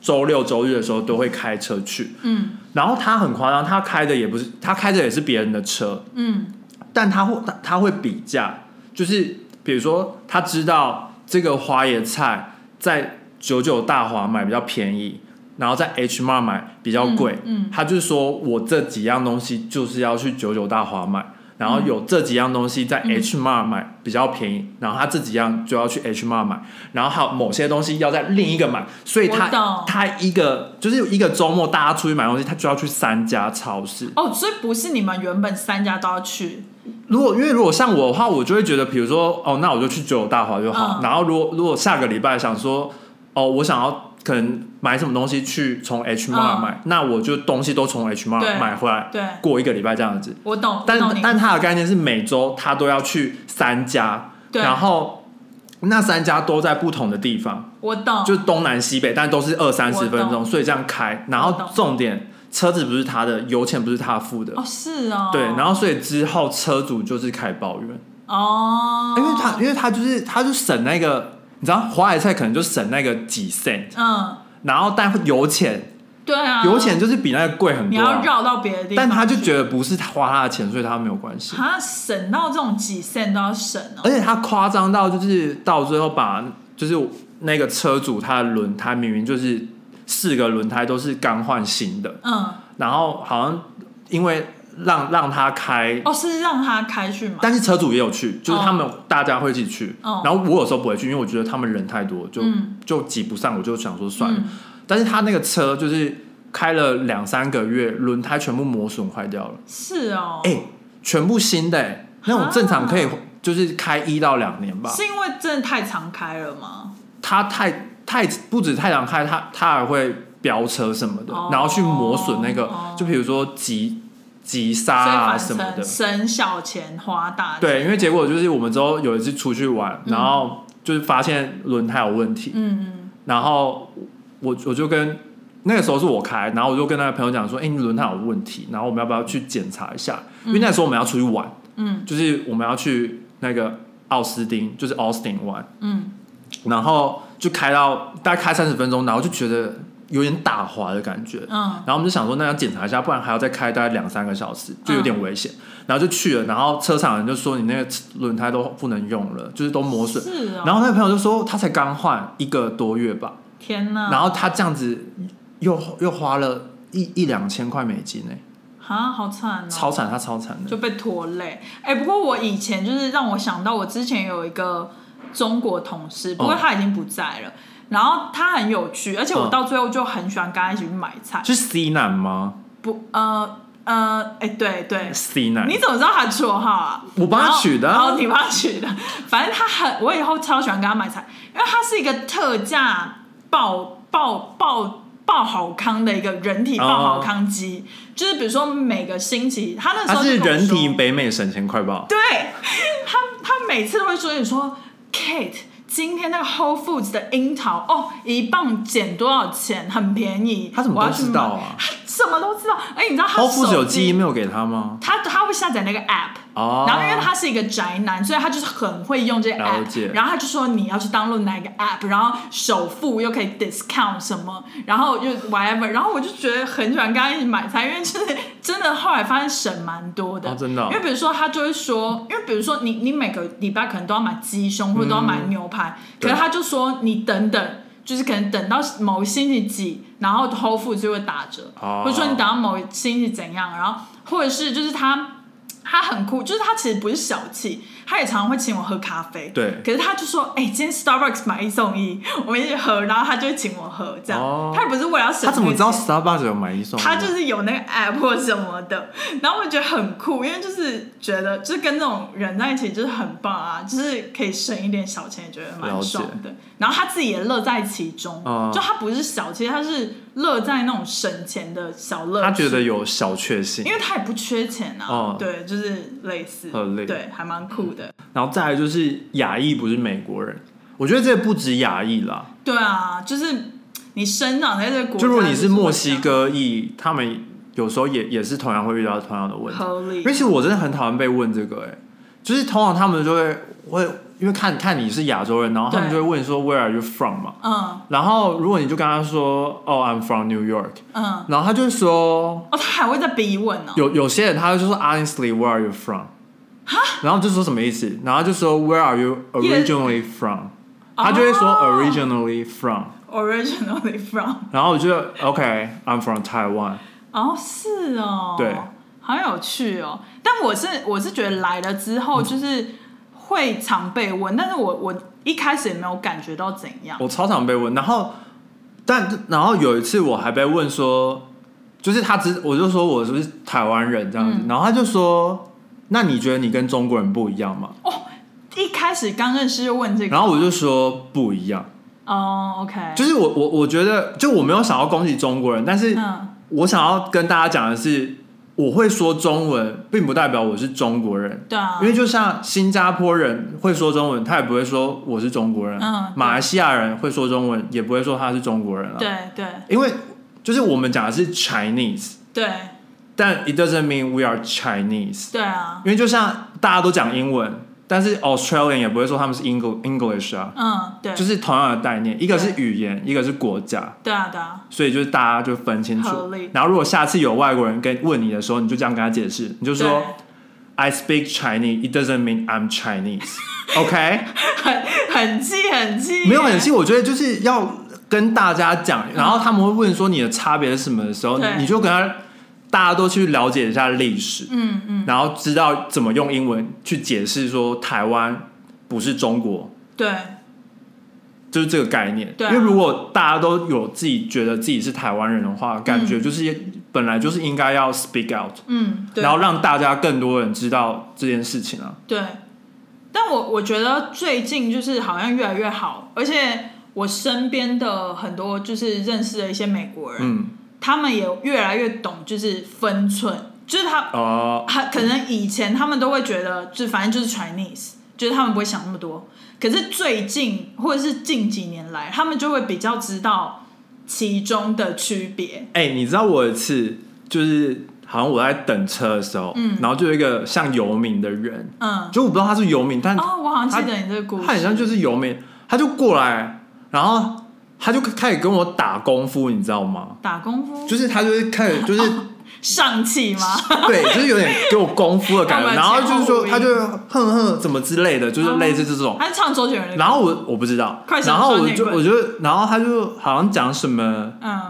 Speaker 1: 周六周日的时候都会开车去。
Speaker 2: 嗯
Speaker 1: 然后他很夸张，他开的也不是他开的也是别人的车，
Speaker 2: 嗯
Speaker 1: 但他会他他会比价，就是比如说他知道这个花椰菜在九九大华买比较便宜，然后在 H m a r 买比较贵，
Speaker 2: 嗯嗯
Speaker 1: 他就说我这几样东西就是要去九九大华买。然后有这几样东西
Speaker 2: 嗯
Speaker 1: 在 H m a r 买比较便宜，然后他这几样就要去 H m a r 买，然后还有某些东西要在另一个买，所以他
Speaker 2: 我懂
Speaker 1: 他一个就是一个周末大家出去买东西，他就要去三家超市。
Speaker 2: 哦，所以不是你们原本三家都要去，
Speaker 1: 如果因为如果像我的话，我就会觉得，比如说哦，那我就去九九大华就好。
Speaker 2: 嗯
Speaker 1: 然后如果如果下个礼拜想说哦，我想要可能买什么东西去从 H Mart
Speaker 2: 嗯
Speaker 1: 买，那我就东西都从 H Mart
Speaker 2: 对
Speaker 1: 买回来，
Speaker 2: 对
Speaker 1: 过一个礼拜这样子。
Speaker 2: 我懂，我
Speaker 1: 但
Speaker 2: 懂你
Speaker 1: 但他的概念是每周他都要去三家，
Speaker 2: 对
Speaker 1: 然后那三家都在不同的地方，
Speaker 2: 我懂，
Speaker 1: 就东南西北，但都是二三十分
Speaker 2: 嗯我
Speaker 1: 钟，
Speaker 2: 懂
Speaker 1: 所以这样开。然
Speaker 2: 我
Speaker 1: 后
Speaker 2: 懂
Speaker 1: 重点，车子不是他的，油钱不是他付的，
Speaker 2: 哦是哦，
Speaker 1: 对。然后所以之后车主就是开始抱怨，
Speaker 2: 哦，
Speaker 1: 因为他因为他就是他就省那个，你知道花椰菜可能就省那个几 cent，
Speaker 2: 嗯，
Speaker 1: 然后但油钱
Speaker 2: 对啊，
Speaker 1: 油钱就是比那个贵很
Speaker 2: 你
Speaker 1: 多、
Speaker 2: 要
Speaker 1: 啊，
Speaker 2: 绕到别的地方
Speaker 1: 但
Speaker 2: 去，
Speaker 1: 他就觉得不是他花他的钱，所以他没有关系。
Speaker 2: 啊，省到这种几 cent 都要省哦
Speaker 1: 而。且他夸张到就是到最后把就是那个车主他的轮胎明明就是四个轮胎都是刚换新的，
Speaker 2: 嗯，
Speaker 1: 然后好像因为让让他开，
Speaker 2: 哦，是让他开去吗？
Speaker 1: 但是车主也有去，就是他们大家会一起去。
Speaker 2: 哦
Speaker 1: 然后我有时候不会去，因为我觉得他们人太多，就、
Speaker 2: 嗯
Speaker 1: 就挤不上，我就想说算了。
Speaker 2: 嗯
Speaker 1: 但是他那个车就是开了两三个月，轮胎全部磨损坏掉了，
Speaker 2: 是哦，
Speaker 1: 哎、全部新的、哎，那种正常可以
Speaker 2: 啊
Speaker 1: 就是开一到两年吧。
Speaker 2: 是因为真的太常开了吗？
Speaker 1: 他太太不止太常开，他他还会飙车什么的，
Speaker 2: 哦
Speaker 1: 然后去磨损那个，
Speaker 2: 哦
Speaker 1: 就比如说急急刹
Speaker 2: 所以
Speaker 1: 啊
Speaker 2: 反
Speaker 1: 什么的
Speaker 2: 正。省小钱花大钱。
Speaker 1: 对，因为结果就是我们之后有一次出去玩，
Speaker 2: 嗯
Speaker 1: 然后就是发现轮胎有问题，
Speaker 2: 嗯，
Speaker 1: 然后我我就跟那个时候是我开，然后我就跟那个朋友讲说，哎、你轮胎有问题，然后我们要不要去检查一下？因为那时候我们要出去玩，
Speaker 2: 嗯
Speaker 1: 就是我们要去那个奥斯汀，就是 Austin 玩，
Speaker 2: 嗯嗯，
Speaker 1: 然后就开到大概开三十分钟，然后就觉得有点打滑的感觉，
Speaker 2: 嗯
Speaker 1: 然后我们就想说，那要检查一下，不然还要再开大概两三个小时，就有点危
Speaker 2: 嗯
Speaker 1: 险。然后就去了，然后车厂人就说你那个轮胎都不能用了，就是都磨损。
Speaker 2: 是哦。
Speaker 1: 然后那个朋友就说他才刚换一个多月吧，
Speaker 2: 天哪，
Speaker 1: 然后他这样子又又花了一一两千块美金呢、
Speaker 2: 啊，好惨哦，
Speaker 1: 超惨，他超惨的
Speaker 2: 就。被拖累。哎、不过我以前就是让我想到，我之前有一个中国同事，不过他已经不在了。然后他很有趣，而且我
Speaker 1: 哦嗯
Speaker 2: 到最后就很喜欢跟他一起去买菜。
Speaker 1: 是 C 男吗
Speaker 2: 不，呃呃，哎、对对，
Speaker 1: ？C 男
Speaker 2: 你怎么知道他绰号啊？
Speaker 1: 我帮他取的啊
Speaker 2: 然后哦，你帮他取的。反正他很，我以后超喜欢跟他买菜，因为他是一个特价爆爆爆爆好康的一个人体爆好康机，就是比如说每个星期，他那时
Speaker 1: 哦他
Speaker 2: 候
Speaker 1: 是
Speaker 2: 就跟我
Speaker 1: 人
Speaker 2: 说
Speaker 1: 体北美省钱快报，
Speaker 2: 对他，他每次都会说：“你说 Kate，今天那个 Whole Foods 的樱桃哦，一磅减多少钱？很便宜。”
Speaker 1: 他怎么
Speaker 2: 我要
Speaker 1: 都
Speaker 2: 去
Speaker 1: 知道
Speaker 2: 买？
Speaker 1: 啊
Speaker 2: 什么都知道。哎，你知道他
Speaker 1: ？Whole Foods 有
Speaker 2: 手
Speaker 1: 寄
Speaker 2: 机，
Speaker 1: email 给他吗？
Speaker 2: 他他会下载那个 app。
Speaker 1: 哦，
Speaker 2: 然后，因为他是一个宅男，所以他就是很会用这个
Speaker 1: 了解
Speaker 2: app。然后他就说你要去 download 哪一个 app，然后首付又可以 discount 什么，然后又 whatever。然后我就觉得很喜欢跟他一起买菜，因为就是真的后来发现省蛮多的。
Speaker 1: 哦真的哦
Speaker 2: 因为比如说他就会说，因为比如说你你每个礼拜可能都要买鸡胸或者都要买
Speaker 1: 嗯
Speaker 2: 牛排，可
Speaker 1: 对
Speaker 2: 是他就说你等等。就是可能等到某星期几，然后 Whole Foods 就会打折，
Speaker 1: 哦
Speaker 2: 或者说你等到某星期怎样，然后或者是就是他他很酷，就是他其实不是小气，他也常常会请我喝咖啡。
Speaker 1: 对
Speaker 2: 可是他就说：“哎、今天 Starbucks 买一送一，我们一起喝。”然后他就会请我喝，这样。
Speaker 1: 哦
Speaker 2: 他也不是为了要省
Speaker 1: 他怎么知道
Speaker 2: 这个钱
Speaker 1: Starbucks 有买一啊送一？
Speaker 2: 他就是有那个 app 或什么的，然后我觉得很酷，因为就是觉得就是跟那种人在一起就是很棒啊，就是可以省一点小钱，也觉得蛮爽的。然后他自己也乐在其中，
Speaker 1: 嗯
Speaker 2: 就他不是小气，他是乐在那种省钱的小乐趣。
Speaker 1: 他觉得有小确幸
Speaker 2: 因。为他也不缺钱啊，
Speaker 1: 哦
Speaker 2: 对，就是类似，
Speaker 1: 很累
Speaker 2: 对，还蛮酷的，
Speaker 1: 然后再来就是亚裔不是美国人，我觉得这不止亚裔啦，
Speaker 2: 对啊，就是你生长在这个国家，
Speaker 1: 就如果你是墨西
Speaker 2: 就
Speaker 1: 哥裔，他们有时候也也是同样会遇到同样的问
Speaker 2: 是
Speaker 1: 题。
Speaker 2: 合理
Speaker 1: 而，且我真的很讨厌被问这个、欸，就是通常他们就会会因为看看你是亚洲人，然后他们
Speaker 2: 对
Speaker 1: 就会问说 Where are you from 嘛，
Speaker 2: 嗯
Speaker 1: 然后如果你就跟他说哦、I'm from New York，
Speaker 2: 嗯，
Speaker 1: 然后他就说
Speaker 2: 哦，他还会再逼问呢、哦
Speaker 1: 有有些人他就说 Honestly Where are you from，然后就说什么意思，然后就说 Where are you originally from，他就会说
Speaker 2: 哦
Speaker 1: originally from，
Speaker 2: originally from，
Speaker 1: 然后我就 OK I'm from Taiwan，
Speaker 2: 哦，是哦，
Speaker 1: 对，
Speaker 2: 好有趣哦，但我是我是觉得来了之
Speaker 1: 嗯
Speaker 2: 后就是会常被问，但是我我一开始也没有感觉到怎样，
Speaker 1: 我超常被问，然后但然后有一次我还被问说，就是他只我就说我是不是台湾人这样子，然后他就说，那你觉得你跟中国人不一样吗？
Speaker 2: 一开始刚认识就问这个，
Speaker 1: 然后我就说不一样，
Speaker 2: 哦，OK，
Speaker 1: 就是我我我觉得就我没有想要攻击中国人，但是
Speaker 2: 嗯
Speaker 1: 我想要跟大家讲的是，我会说中文，并不代表我是中国人。
Speaker 2: 对啊，
Speaker 1: 因为就像新加坡人会说中文，他也不会说我是中国人；
Speaker 2: 嗯对
Speaker 1: 马来西亚人会说中文，也不会说他是中国人啊。
Speaker 2: 对对
Speaker 1: 因为就是我们讲的是 Chinese，
Speaker 2: 对
Speaker 1: 但 it doesn't mean we are Chinese。
Speaker 2: 对啊，
Speaker 1: 因为就像大家都讲英文，但是 Australian 也不会说他们是 English English 啊，
Speaker 2: 嗯，对，
Speaker 1: 就是同样的概念，一个是语言，一个是国家，
Speaker 2: 对啊，对啊，
Speaker 1: 所以就是大家就分清
Speaker 2: 合
Speaker 1: 楚
Speaker 2: 理。
Speaker 1: 然后如果下次有外国人跟问你的时候，你就这样跟他解释，你就说
Speaker 2: 对
Speaker 1: I speak Chinese, it doesn't mean I'm Chinese. OK，
Speaker 2: 很很气，很气，
Speaker 1: 没有很细，，我觉得就是要跟大家讲，然后他们会问说你的差别是什么的时候，你
Speaker 2: 对
Speaker 1: 你就跟他大家都去了解一下历史，
Speaker 2: 嗯嗯，
Speaker 1: 然后知道怎么用英文去解释说台湾不是中国，
Speaker 2: 对
Speaker 1: 就是这个概念。
Speaker 2: 对啊
Speaker 1: 因为如果大家都有自己觉得自己是台湾人的话，感觉就是、本来就是应该要 speak out，
Speaker 2: 嗯，对
Speaker 1: 然后让大家更多人知道这件事情啊。
Speaker 2: 对，但我我觉得最近就是好像越来越好，而且我身边的很多就是认识的一些美国人，
Speaker 1: 嗯，
Speaker 2: 他们也越来越懂就是分寸，就是他
Speaker 1: 哦、
Speaker 2: 他可能以前他们都会觉得，就反正就是 Chinese，就是他们不会想那么多。可是最近或者是近几年来，他们就会比较知道其中的区别。
Speaker 1: 哎、你知道我有一次就是好像我在等车的时候，
Speaker 2: 嗯
Speaker 1: 然后就有一个像游民的人，
Speaker 2: 嗯，
Speaker 1: 就我不知道他是游民，但
Speaker 2: 哦，我好像记得你这个故事，
Speaker 1: 他很像就是游民，他就过来，然后他就开始跟我打功夫，你知道吗？
Speaker 2: 打功夫，
Speaker 1: 就是他就是开始就是
Speaker 2: 上气吗？
Speaker 1: 对，就是有点给我功夫的感
Speaker 2: 我
Speaker 1: 觉，
Speaker 2: 们
Speaker 1: 然后就是
Speaker 2: 前后
Speaker 1: 说
Speaker 2: 呼应
Speaker 1: 他就哼哼怎么之类的，就是类似这种。
Speaker 2: 他是唱周杰伦的歌，
Speaker 1: 然后我我不知道
Speaker 2: 快，手
Speaker 1: 然后我就
Speaker 2: 抓内
Speaker 1: 我
Speaker 2: 棍
Speaker 1: 就然后他就好像讲什么，
Speaker 2: 嗯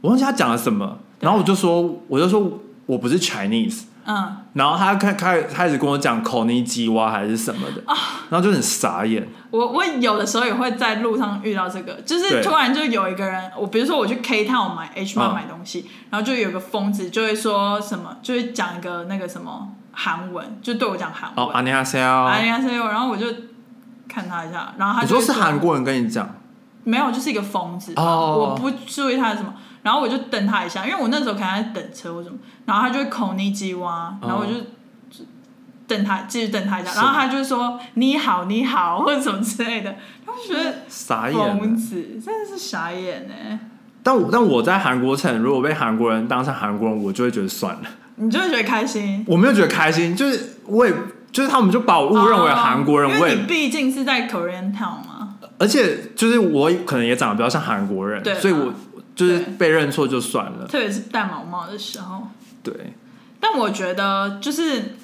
Speaker 1: 我忘记他讲了什么，然后我就说我就说我不是 Chinese，
Speaker 2: 嗯，
Speaker 1: 然后他开开开始跟我讲口尼基蛙还是什么
Speaker 2: 啊
Speaker 1: 的，然后就很傻眼，
Speaker 2: 我我有的时候也会在路上遇到这个，就
Speaker 1: 对
Speaker 2: 是突然就有一个人，我比如说我去 K Town 买 H
Speaker 1: 嗯
Speaker 2: m 买东西，然后就有个疯子就会说什么，就会讲一个那个什么韩文，就对我讲韩
Speaker 1: 哦，
Speaker 2: 文，
Speaker 1: 안녕하세
Speaker 2: 哎
Speaker 1: 요，
Speaker 2: 呀塞哟，然后我就看他一下，然后他
Speaker 1: 你说
Speaker 2: 就会
Speaker 1: 是韩国人跟你讲，
Speaker 2: 没有，就是一个疯子吧，
Speaker 1: 哦
Speaker 2: 我不注意他是什么，然后我就瞪他一下，因为我那时候可能在等车或什么，然后他就会口尼基哇，然后我就。就瞪他，继续瞪他一下，
Speaker 1: 哦是
Speaker 2: 然后他就说“你好，你好”或者什么之类的，然后我觉得
Speaker 1: 傻
Speaker 2: 疯
Speaker 1: 眼。
Speaker 2: 子真的是傻眼哎！
Speaker 1: 但我但我在韩国城，如果被韩国人当成韩国人，我就会觉得算了，
Speaker 2: 你就会觉得开心，
Speaker 1: 我没有觉得开心，就是我也就是他们就把我误认为韩国人，
Speaker 2: 哦因
Speaker 1: 我
Speaker 2: 为
Speaker 1: 也
Speaker 2: 你毕竟是在 Korean Town 嘛，
Speaker 1: 而且就是我可能也长得比较像韩国人
Speaker 2: 对，啦
Speaker 1: 所以我就是
Speaker 2: 对
Speaker 1: 被认错就算了。
Speaker 2: 特别是戴毛毛的时候。
Speaker 1: 对，
Speaker 2: 但我觉得就是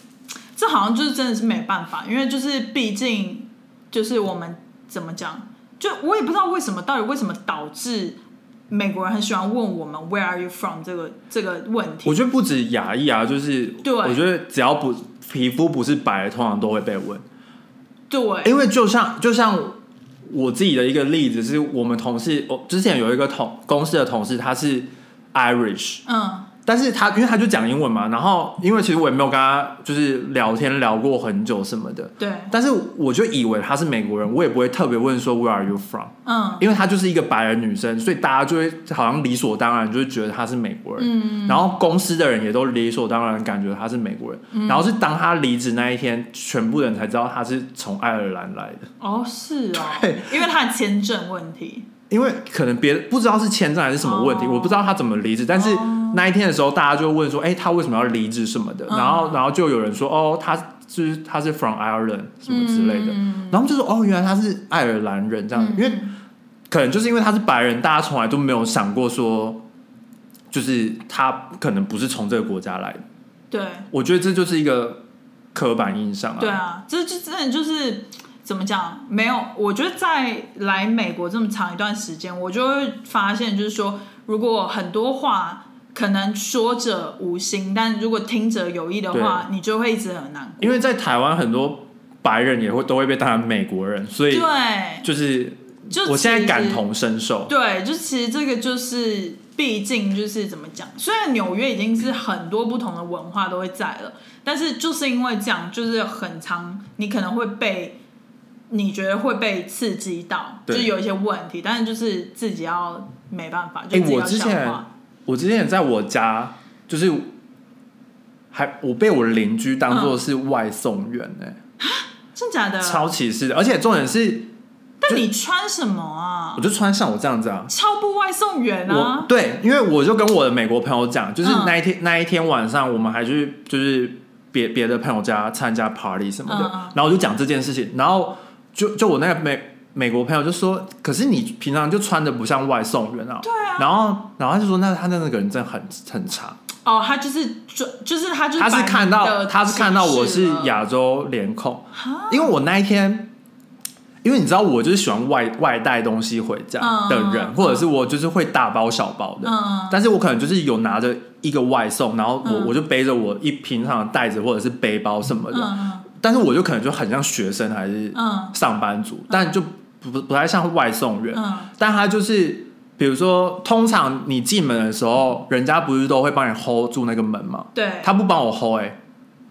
Speaker 2: 这好像就是真的是没办法，因为就是毕竟就是我们怎么讲，就我也不知道为什么，到底为什么导致美国人很喜欢问我们 “Where are you from” 这个这个问题。
Speaker 1: 我觉得不止亚裔啊，就是
Speaker 2: 对
Speaker 1: 我觉得只要不皮肤不是白的，通常都会被问。
Speaker 2: 对，
Speaker 1: 因为就像就像我自己的一个例子，是我们同事，我之前有一个同公司的同事，他是 Irish，
Speaker 2: 嗯
Speaker 1: 但是他因为他就讲英文嘛，然后因为其实我也没有跟他就是聊天聊过很久什么的，
Speaker 2: 对，
Speaker 1: 但是我就以为他是美国人，我也不会特别问说 Where are you from，
Speaker 2: 嗯
Speaker 1: 因为她就是一个白人女生，所以大家就会好像理所当然就会觉得她是美国人，
Speaker 2: 嗯
Speaker 1: 然后公司的人也都理所当然感觉她是美国人，
Speaker 2: 嗯
Speaker 1: 然后是当她离职那一天，全部人才知道她是从爱尔兰来的。
Speaker 2: 哦是哦
Speaker 1: 对，
Speaker 2: 因为他的签证问题，
Speaker 1: 因为可能别不知道是签证还是什么问题，
Speaker 2: 哦
Speaker 1: 我不知道他怎么离职，但是那一天的时候，大家就问说，哎、他为什么要离职什么的，
Speaker 2: 嗯
Speaker 1: 然后然后就有人说，哦，他就是他是 from Ireland 什么之类的，
Speaker 2: 嗯
Speaker 1: 然后就说，哦，原来他是爱尔兰人这样，因为可能就是因为他是白人，大家从来都没有想过说，就是他可能不是从这个国家来的，
Speaker 2: 对
Speaker 1: 我觉得这就是一个刻板印象啊，
Speaker 2: 对啊，这这真的就是怎么讲？没有，我觉得在来美国这么长一段时间，我就会发现，就是说，如果很多话可能说者无心，但如果听者有意的话，你就会一直很难过。
Speaker 1: 因为在台湾很多白人也会都会被当成美国人，所以
Speaker 2: 对，
Speaker 1: 就是。
Speaker 2: 就
Speaker 1: 我现在
Speaker 2: 其实
Speaker 1: 感同身受，
Speaker 2: 对，就其实这个就是，毕竟就是怎么讲，虽然纽约已经是很多不同的文化都会在了，但是就是因为这样，就是很常你可能会被你觉得会被刺激到，就
Speaker 1: 对
Speaker 2: 是有一些问题，但是就是自己要没办法，就
Speaker 1: 诶
Speaker 2: 自己
Speaker 1: 哎我
Speaker 2: 要
Speaker 1: 之
Speaker 2: 消
Speaker 1: 前
Speaker 2: 化。
Speaker 1: 我之前也在我家，就是还我被我邻居当
Speaker 2: 嗯
Speaker 1: 做是外送员哎、
Speaker 2: 真假的？
Speaker 1: 超歧视的。而且重点是，
Speaker 2: 但你穿什么啊
Speaker 1: 我？就穿像我这样子啊。
Speaker 2: 超步外送员
Speaker 1: 我
Speaker 2: 啊！
Speaker 1: 对，因为我就跟我的美国朋友讲，就是
Speaker 2: 嗯
Speaker 1: 那一天、那一天晚上，我们还去就是别别的朋友家参加 party 什么的，
Speaker 2: 嗯嗯
Speaker 1: 然后我就讲这件事情，然后就就我那个美美国朋友就说，可是你平常就穿的不像外送员啊，对
Speaker 2: 啊
Speaker 1: 然后然后他就说，那他那个人真的很很差，
Speaker 2: 哦，他就是就就是他就是
Speaker 1: 他是
Speaker 2: 摆
Speaker 1: 看
Speaker 2: 明
Speaker 1: 到
Speaker 2: 地
Speaker 1: 他是看到我
Speaker 2: 歧视
Speaker 1: 是
Speaker 2: 了
Speaker 1: 亚洲脸孔，因为我那一天，因为你知道我就是喜欢外外带东西回家的人，
Speaker 2: 嗯
Speaker 1: 或者是我就是会大包小包的，
Speaker 2: 嗯
Speaker 1: 但是我可能就是有拿着一个外送，然后我、
Speaker 2: 嗯
Speaker 1: 我就背着我一平常的袋子或者是背包什么的，
Speaker 2: 嗯
Speaker 1: 但是我就可能就很像学生还是
Speaker 2: 嗯
Speaker 1: 上班族，但就不不不太像外送员，
Speaker 2: 嗯
Speaker 1: 但他就是。比如说，通常你进门的时候，人家不是都会帮你 hold 住那个门吗？
Speaker 2: 对，
Speaker 1: 他不帮我 hold 哎、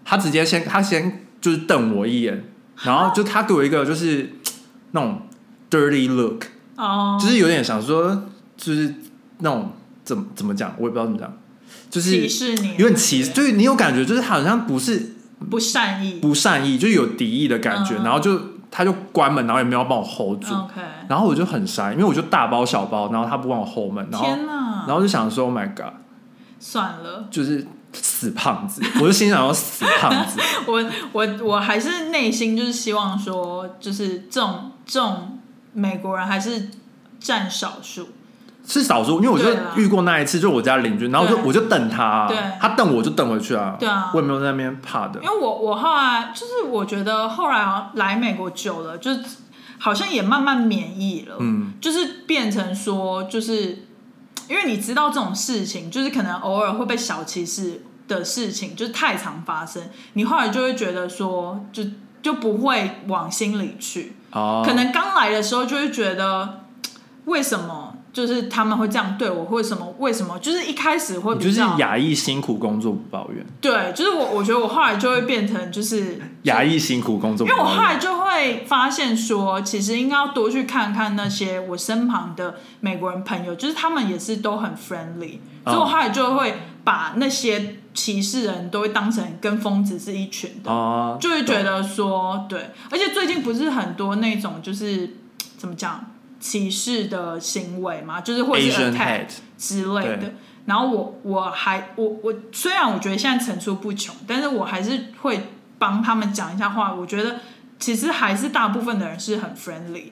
Speaker 1: 他直接先他先就是瞪我一眼，然后就他给我一个就是那种 dirty look，
Speaker 2: 哦
Speaker 1: 就是有点想说就是那种怎么怎么讲，我也不知道怎么讲，就是
Speaker 2: 歧视你，
Speaker 1: 有点歧，就是你有感觉，就是他好像不是
Speaker 2: 不善意
Speaker 1: 不善意，就是有敌意的感觉，
Speaker 2: 嗯
Speaker 1: 然后就他就关门，然后也没有帮我 hold 住，
Speaker 2: ，OK，
Speaker 1: 然后我就很傻，因为我就大包小包，然后他不帮我 hold 门，然后
Speaker 2: 天哪，
Speaker 1: 然后就想说 Oh my god，
Speaker 2: 算了，
Speaker 1: 就是死胖子，我就心想说死胖子。
Speaker 2: 我我我还是内心就是希望说，就是这种这种美国人还是占少数，
Speaker 1: 是少数，因为我就
Speaker 2: 对啊
Speaker 1: 遇过那一次，就我家邻居，然后我就
Speaker 2: 对
Speaker 1: 我就等他啊、
Speaker 2: 对
Speaker 1: 他瞪我就瞪回去啊，
Speaker 2: 对啊
Speaker 1: 我也没有在那边怕的
Speaker 2: 因，为我我后来就是我觉得后来好像来美国久了，就是好像也慢慢免疫了，
Speaker 1: 嗯，
Speaker 2: 就是变成说就是。因为你知道这种事情，就是可能偶尔会被小歧视的事情，就是太常发生，你后来就会觉得说，就就不会往心里去。
Speaker 1: 哦，
Speaker 2: 可能刚来的时候就会觉得，为什么就是他们会这样对我，或者什么为什么，就是一开始会
Speaker 1: 你就
Speaker 2: 比
Speaker 1: 是
Speaker 2: 较
Speaker 1: 亚裔辛苦工作不抱怨，
Speaker 2: 对，就是我我觉得我后来就会变成就是，
Speaker 1: 亚裔辛苦工作
Speaker 2: 因
Speaker 1: 不
Speaker 2: 为我
Speaker 1: 抱
Speaker 2: 后来
Speaker 1: 怨，
Speaker 2: 就会发现说，其实应该要多去看看那些我身旁的美国人朋友，就是他们也是都很 friendly，、所以我后来就会把那些歧视人都会当成跟疯子是一群的。
Speaker 1: 哦，
Speaker 2: 就会觉得说，对，而且最近不是很多那种就是怎么讲歧视的行为嘛，就是或者是
Speaker 1: Asian
Speaker 2: attack
Speaker 1: head，
Speaker 2: 之类的
Speaker 1: 对。
Speaker 2: 然后我我还我我虽然我觉得现在层出不穷，但是我还是会帮他们讲一下话。我觉得其实还是大部分的人是很 friendly，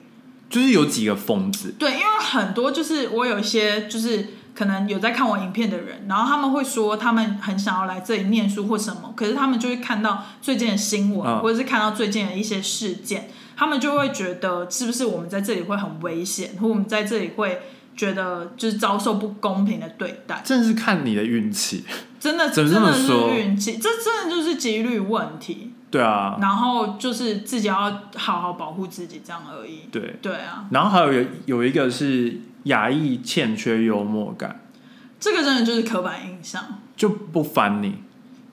Speaker 1: 就是有几个疯子，
Speaker 2: 对，因为很多就是我有一些就是可能有在看我影片的人，然后他们会说他们很想要来这里念书或什么，可是他们就会看到最近的新闻，
Speaker 1: 嗯
Speaker 2: 或者是看到最近的一些事件，他们就会觉得是不是我们在这里会很危险，或我们在这里会觉得就是遭受不公平的对待，
Speaker 1: 真的是看你的运气，
Speaker 2: 真的
Speaker 1: 怎
Speaker 2: 真
Speaker 1: 么这么
Speaker 2: 的是
Speaker 1: 说
Speaker 2: 运气，这真的就是几率问题，
Speaker 1: 对啊，
Speaker 2: 然后就是自己要好好保护自己这样而已。
Speaker 1: 对，
Speaker 2: 对啊，
Speaker 1: 然后还有有有一个是亚裔欠缺幽默感，
Speaker 2: 这个真的就是刻板印象。
Speaker 1: 就不烦你，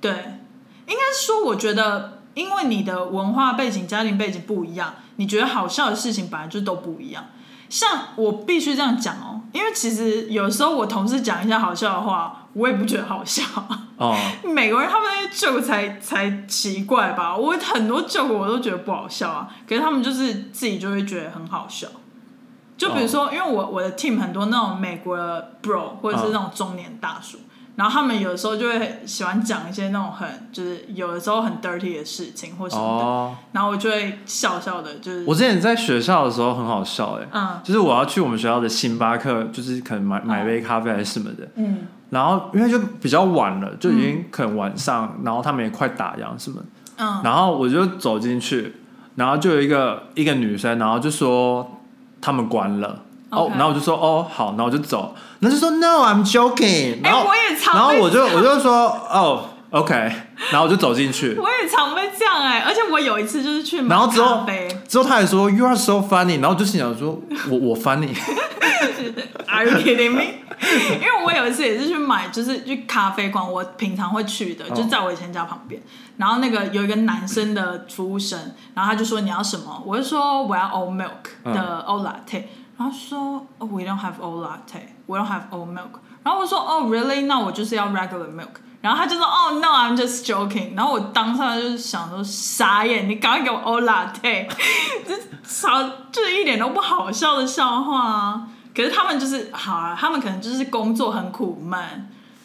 Speaker 2: 对，应该是说，我觉得因为你的文化背景、家庭背景不一样，你觉得好笑的事情本来就都不一样。像我必须这样讲哦，因为其实有时候我同事讲一下好笑的话，我也不觉得好笑。
Speaker 1: 哦、
Speaker 2: 美国人他们那些 joke 才才奇怪吧，我很多 joke 我都觉得不好笑啊，可是他们就是自己就会觉得很好笑。就比如
Speaker 1: 哦
Speaker 2: 说，因为我我的 team 很多那种美国的 bro 或者是那种中年大叔，然后他们有的时候就会喜欢讲一些那种很就是有的时候很 dirty 的事情或什么的，
Speaker 1: 哦，
Speaker 2: 然后我就会笑笑的，就是
Speaker 1: 我之前在学校的时候很好笑哎、
Speaker 2: 嗯
Speaker 1: 就是我要去我们学校的星巴克，就是可能买买杯咖啡还是什么的。
Speaker 2: 嗯
Speaker 1: 然后因为就比较晚了，就已经可能晚上，然后他们也快打烊什么的。
Speaker 2: 嗯
Speaker 1: 然后我就走进去，然后就有一个一个女生，然后就说他们关了。哦
Speaker 2: OK，
Speaker 1: 然后我就说哦好，然后我就走，然后就说 No I'm joking，
Speaker 2: 哎
Speaker 1: 然后、
Speaker 2: 我也常
Speaker 1: 然后
Speaker 2: 被
Speaker 1: 我就我就说哦 OK，然后我就走进去，
Speaker 2: 我也常被这样哎、而且我有一次就是去买
Speaker 1: 然后之
Speaker 2: 咖
Speaker 1: 后
Speaker 2: 啡
Speaker 1: 之后他还说 You are so funny，然后我就心想说我我 funny，
Speaker 2: Are you kidding me？因为我有一次也是去买，就是去咖啡馆，我平常会去的，
Speaker 1: 嗯
Speaker 2: 就在我以前家旁边。然后那个有一个男生的服务生，然后他就说你要什么，我就说我要 oat milk 的 oat latte，、然后说、oh, we don't have oat latte，we don't have oat milk，然后我说哦、really？那我就是要 regular milk。然后他就说哦、no，I'm just joking。然后我当下就是想说傻眼，你赶快给我 oat latte。超 就是一点都不好笑的笑话啊！可是他们就是好啊，他们可能就是工作很苦闷，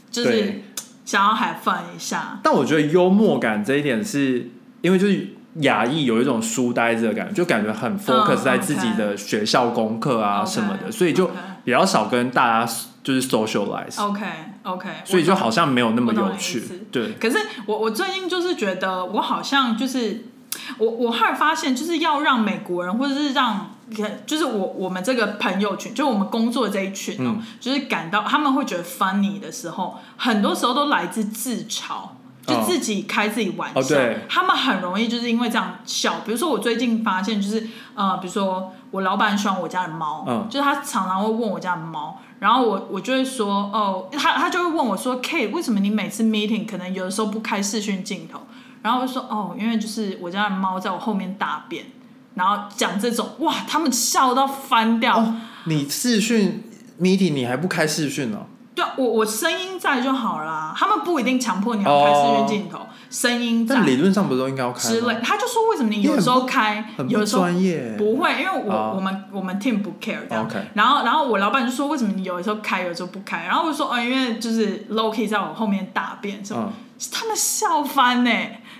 Speaker 2: 就是
Speaker 1: 对
Speaker 2: 想要 have fun 一下。
Speaker 1: 但我觉得幽默感这一点是，因为就是亚裔有一种书呆子的感觉，就感觉很 focus 在自己的学校功课啊
Speaker 2: 嗯 OK
Speaker 1: 什么的，所以就
Speaker 2: OK
Speaker 1: 比较少跟大家就是 socialize，、
Speaker 2: OK OK，
Speaker 1: 所以就好像没有那么
Speaker 2: 我懂
Speaker 1: 有
Speaker 2: 你
Speaker 1: 趣
Speaker 2: 意思。
Speaker 1: 对，
Speaker 2: 可是我我最近就是觉得我好像就是我我后来发现就是要让美国人或者是让就是我我们这个朋友群，就我们工作这一群哦、
Speaker 1: 嗯
Speaker 2: 就是感到他们会觉得 funny 的时候，很多时候都来自自嘲。就
Speaker 1: 哦
Speaker 2: 自己开自己玩笑、
Speaker 1: 哦对
Speaker 2: 他们很容易就是因为这样笑。比如说我最近发现，就是呃，比如说我老板喜欢我家的猫，
Speaker 1: 嗯
Speaker 2: 就是他常常会问我家的猫，然后我我就会说哦，他他就会问我说，Kate，为什么你每次 meeting 可能有的时候不开视讯镜头？然后我就说哦，因为就是我家的猫在我后面大便，然后讲这种哇，他们笑到翻掉。
Speaker 1: 哦，你视讯 meeting 你还不开视讯哦呢、
Speaker 2: 对我我声音在就好啦，他们不一定强迫你要开视讯镜头，声音在
Speaker 1: 哦但理论上不是都应该要开吗
Speaker 2: 之类。他就说为什么你有时候开
Speaker 1: 很，
Speaker 2: 有
Speaker 1: 不
Speaker 2: 时候
Speaker 1: 专业。
Speaker 2: 不会，因为我、
Speaker 1: 哦
Speaker 2: 我们我们 team 不 care 这样。
Speaker 1: OK
Speaker 2: 然后然后我老板就说为什么你有的时候开，有的时候不开？然后我就说哦，因为就是 Loki 在我后面大便什么，
Speaker 1: 嗯
Speaker 2: 他们笑翻呢、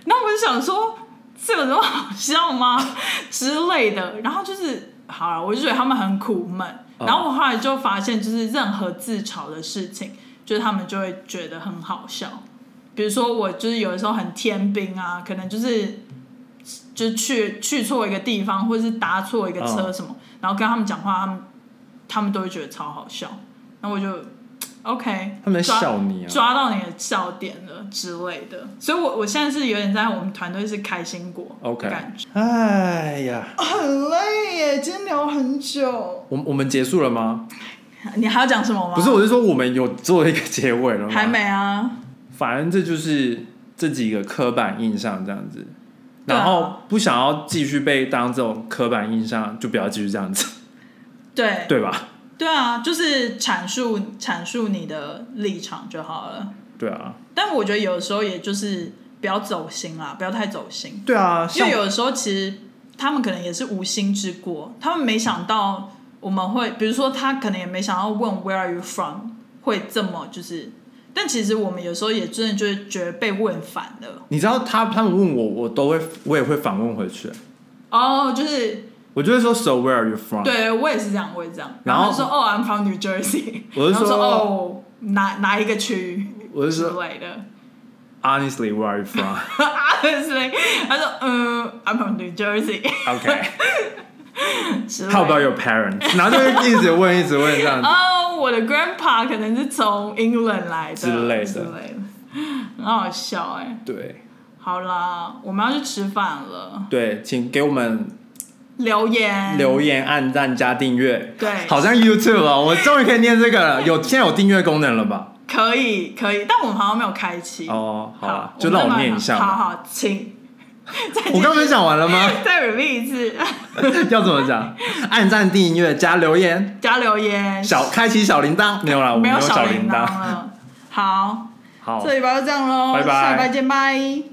Speaker 2: 那我就想说这有什么好笑吗 之类的。然后就是好了，我就觉得他们很苦闷。
Speaker 1: 嗯
Speaker 2: 然后我后来就发现，就是任何自嘲的事情，就是他们就会觉得很好笑。比如说我就是有的时候很天兵啊，可能就是就是去去错一个地方，或者是搭错一个车
Speaker 1: 哦
Speaker 2: 什么，然后跟他们讲话，他们他们都会觉得超好笑。那我就 OK，
Speaker 1: 他们在
Speaker 2: 抓
Speaker 1: 笑你啊！
Speaker 2: 抓到你的笑点了之类的，所以我我现在是有点在我们团队是开心果
Speaker 1: OK
Speaker 2: 的感觉哦
Speaker 1: 哎呀，
Speaker 2: 很累耶，今天聊很久，
Speaker 1: 我我们结束了吗？
Speaker 2: 你还要讲什么吗？
Speaker 1: 不是，我是说我们有做一个结尾了吗？
Speaker 2: 还。没啊，
Speaker 1: 反正这就是这几个刻板印象这样子，
Speaker 2: 对啊
Speaker 1: 然后不想要继续被当这种刻板印象，就不要继续这样子，
Speaker 2: 对
Speaker 1: 对吧？
Speaker 2: 对啊，就是阐述阐述你的立场就好了，
Speaker 1: 对啊，
Speaker 2: 但我觉得有时候也就是不要走心啦，不要太走心，
Speaker 1: 对啊，
Speaker 2: 因
Speaker 1: 像
Speaker 2: 为有的时候其实他们可能也是无心之过，他们没想到我们会，比如说他可能也没想到问 Where are you from 会这么就是，但其实我们有时候也真的就是觉得被问反了。
Speaker 1: 你知道他他们问我，我都会我也会反问回去，
Speaker 2: 哦、就是
Speaker 1: 我就会说 So where are you from？
Speaker 2: 对我也是这样，我也是这样。
Speaker 1: 然
Speaker 2: 然
Speaker 1: 后
Speaker 2: 后说哦、i m from New Jersey。
Speaker 1: 我是
Speaker 2: 然
Speaker 1: 说
Speaker 2: 后说哦，哪哪一个区域
Speaker 1: 我是
Speaker 2: 之
Speaker 1: 说
Speaker 2: 类的。
Speaker 1: Honestly where are you from？
Speaker 2: Honestly，他说嗯，I'm from New Jersey
Speaker 1: OK，
Speaker 2: 之类的。
Speaker 1: How about your parents？然后就会一直问，一直问这样子。
Speaker 2: 哦，我的 grandpa 可能是从 England 来的
Speaker 1: 之类的
Speaker 2: 之类的，很好笑哎、
Speaker 1: 对
Speaker 2: 好啦，我们要去吃饭了，
Speaker 1: 对，请给我们
Speaker 2: 留言
Speaker 1: 留言、按赞、加订阅。
Speaker 2: 对
Speaker 1: 好像 YouTube 了，我终于可以念这个了。有现在有订阅功能了吧？
Speaker 2: 可以可以，但我们好像没有开启。
Speaker 1: 哦，好
Speaker 2: 好
Speaker 1: 啊，，就让
Speaker 2: 们
Speaker 1: 我
Speaker 2: 再
Speaker 1: 念一下
Speaker 2: 好
Speaker 1: 嘛。
Speaker 2: 好，请再
Speaker 1: 我刚刚讲完了吗？
Speaker 2: 再 repeat 一次，
Speaker 1: 要怎么 讲？按赞、订阅、加留言，
Speaker 2: 加留言，
Speaker 1: 小开启小铃铛。没有啦，我
Speaker 2: 没有
Speaker 1: 有小
Speaker 2: 铃铛
Speaker 1: 铛。
Speaker 2: 了。好，
Speaker 1: 好
Speaker 2: 这，礼拜就这样喽，
Speaker 1: 拜拜
Speaker 2: 下礼拜见，拜。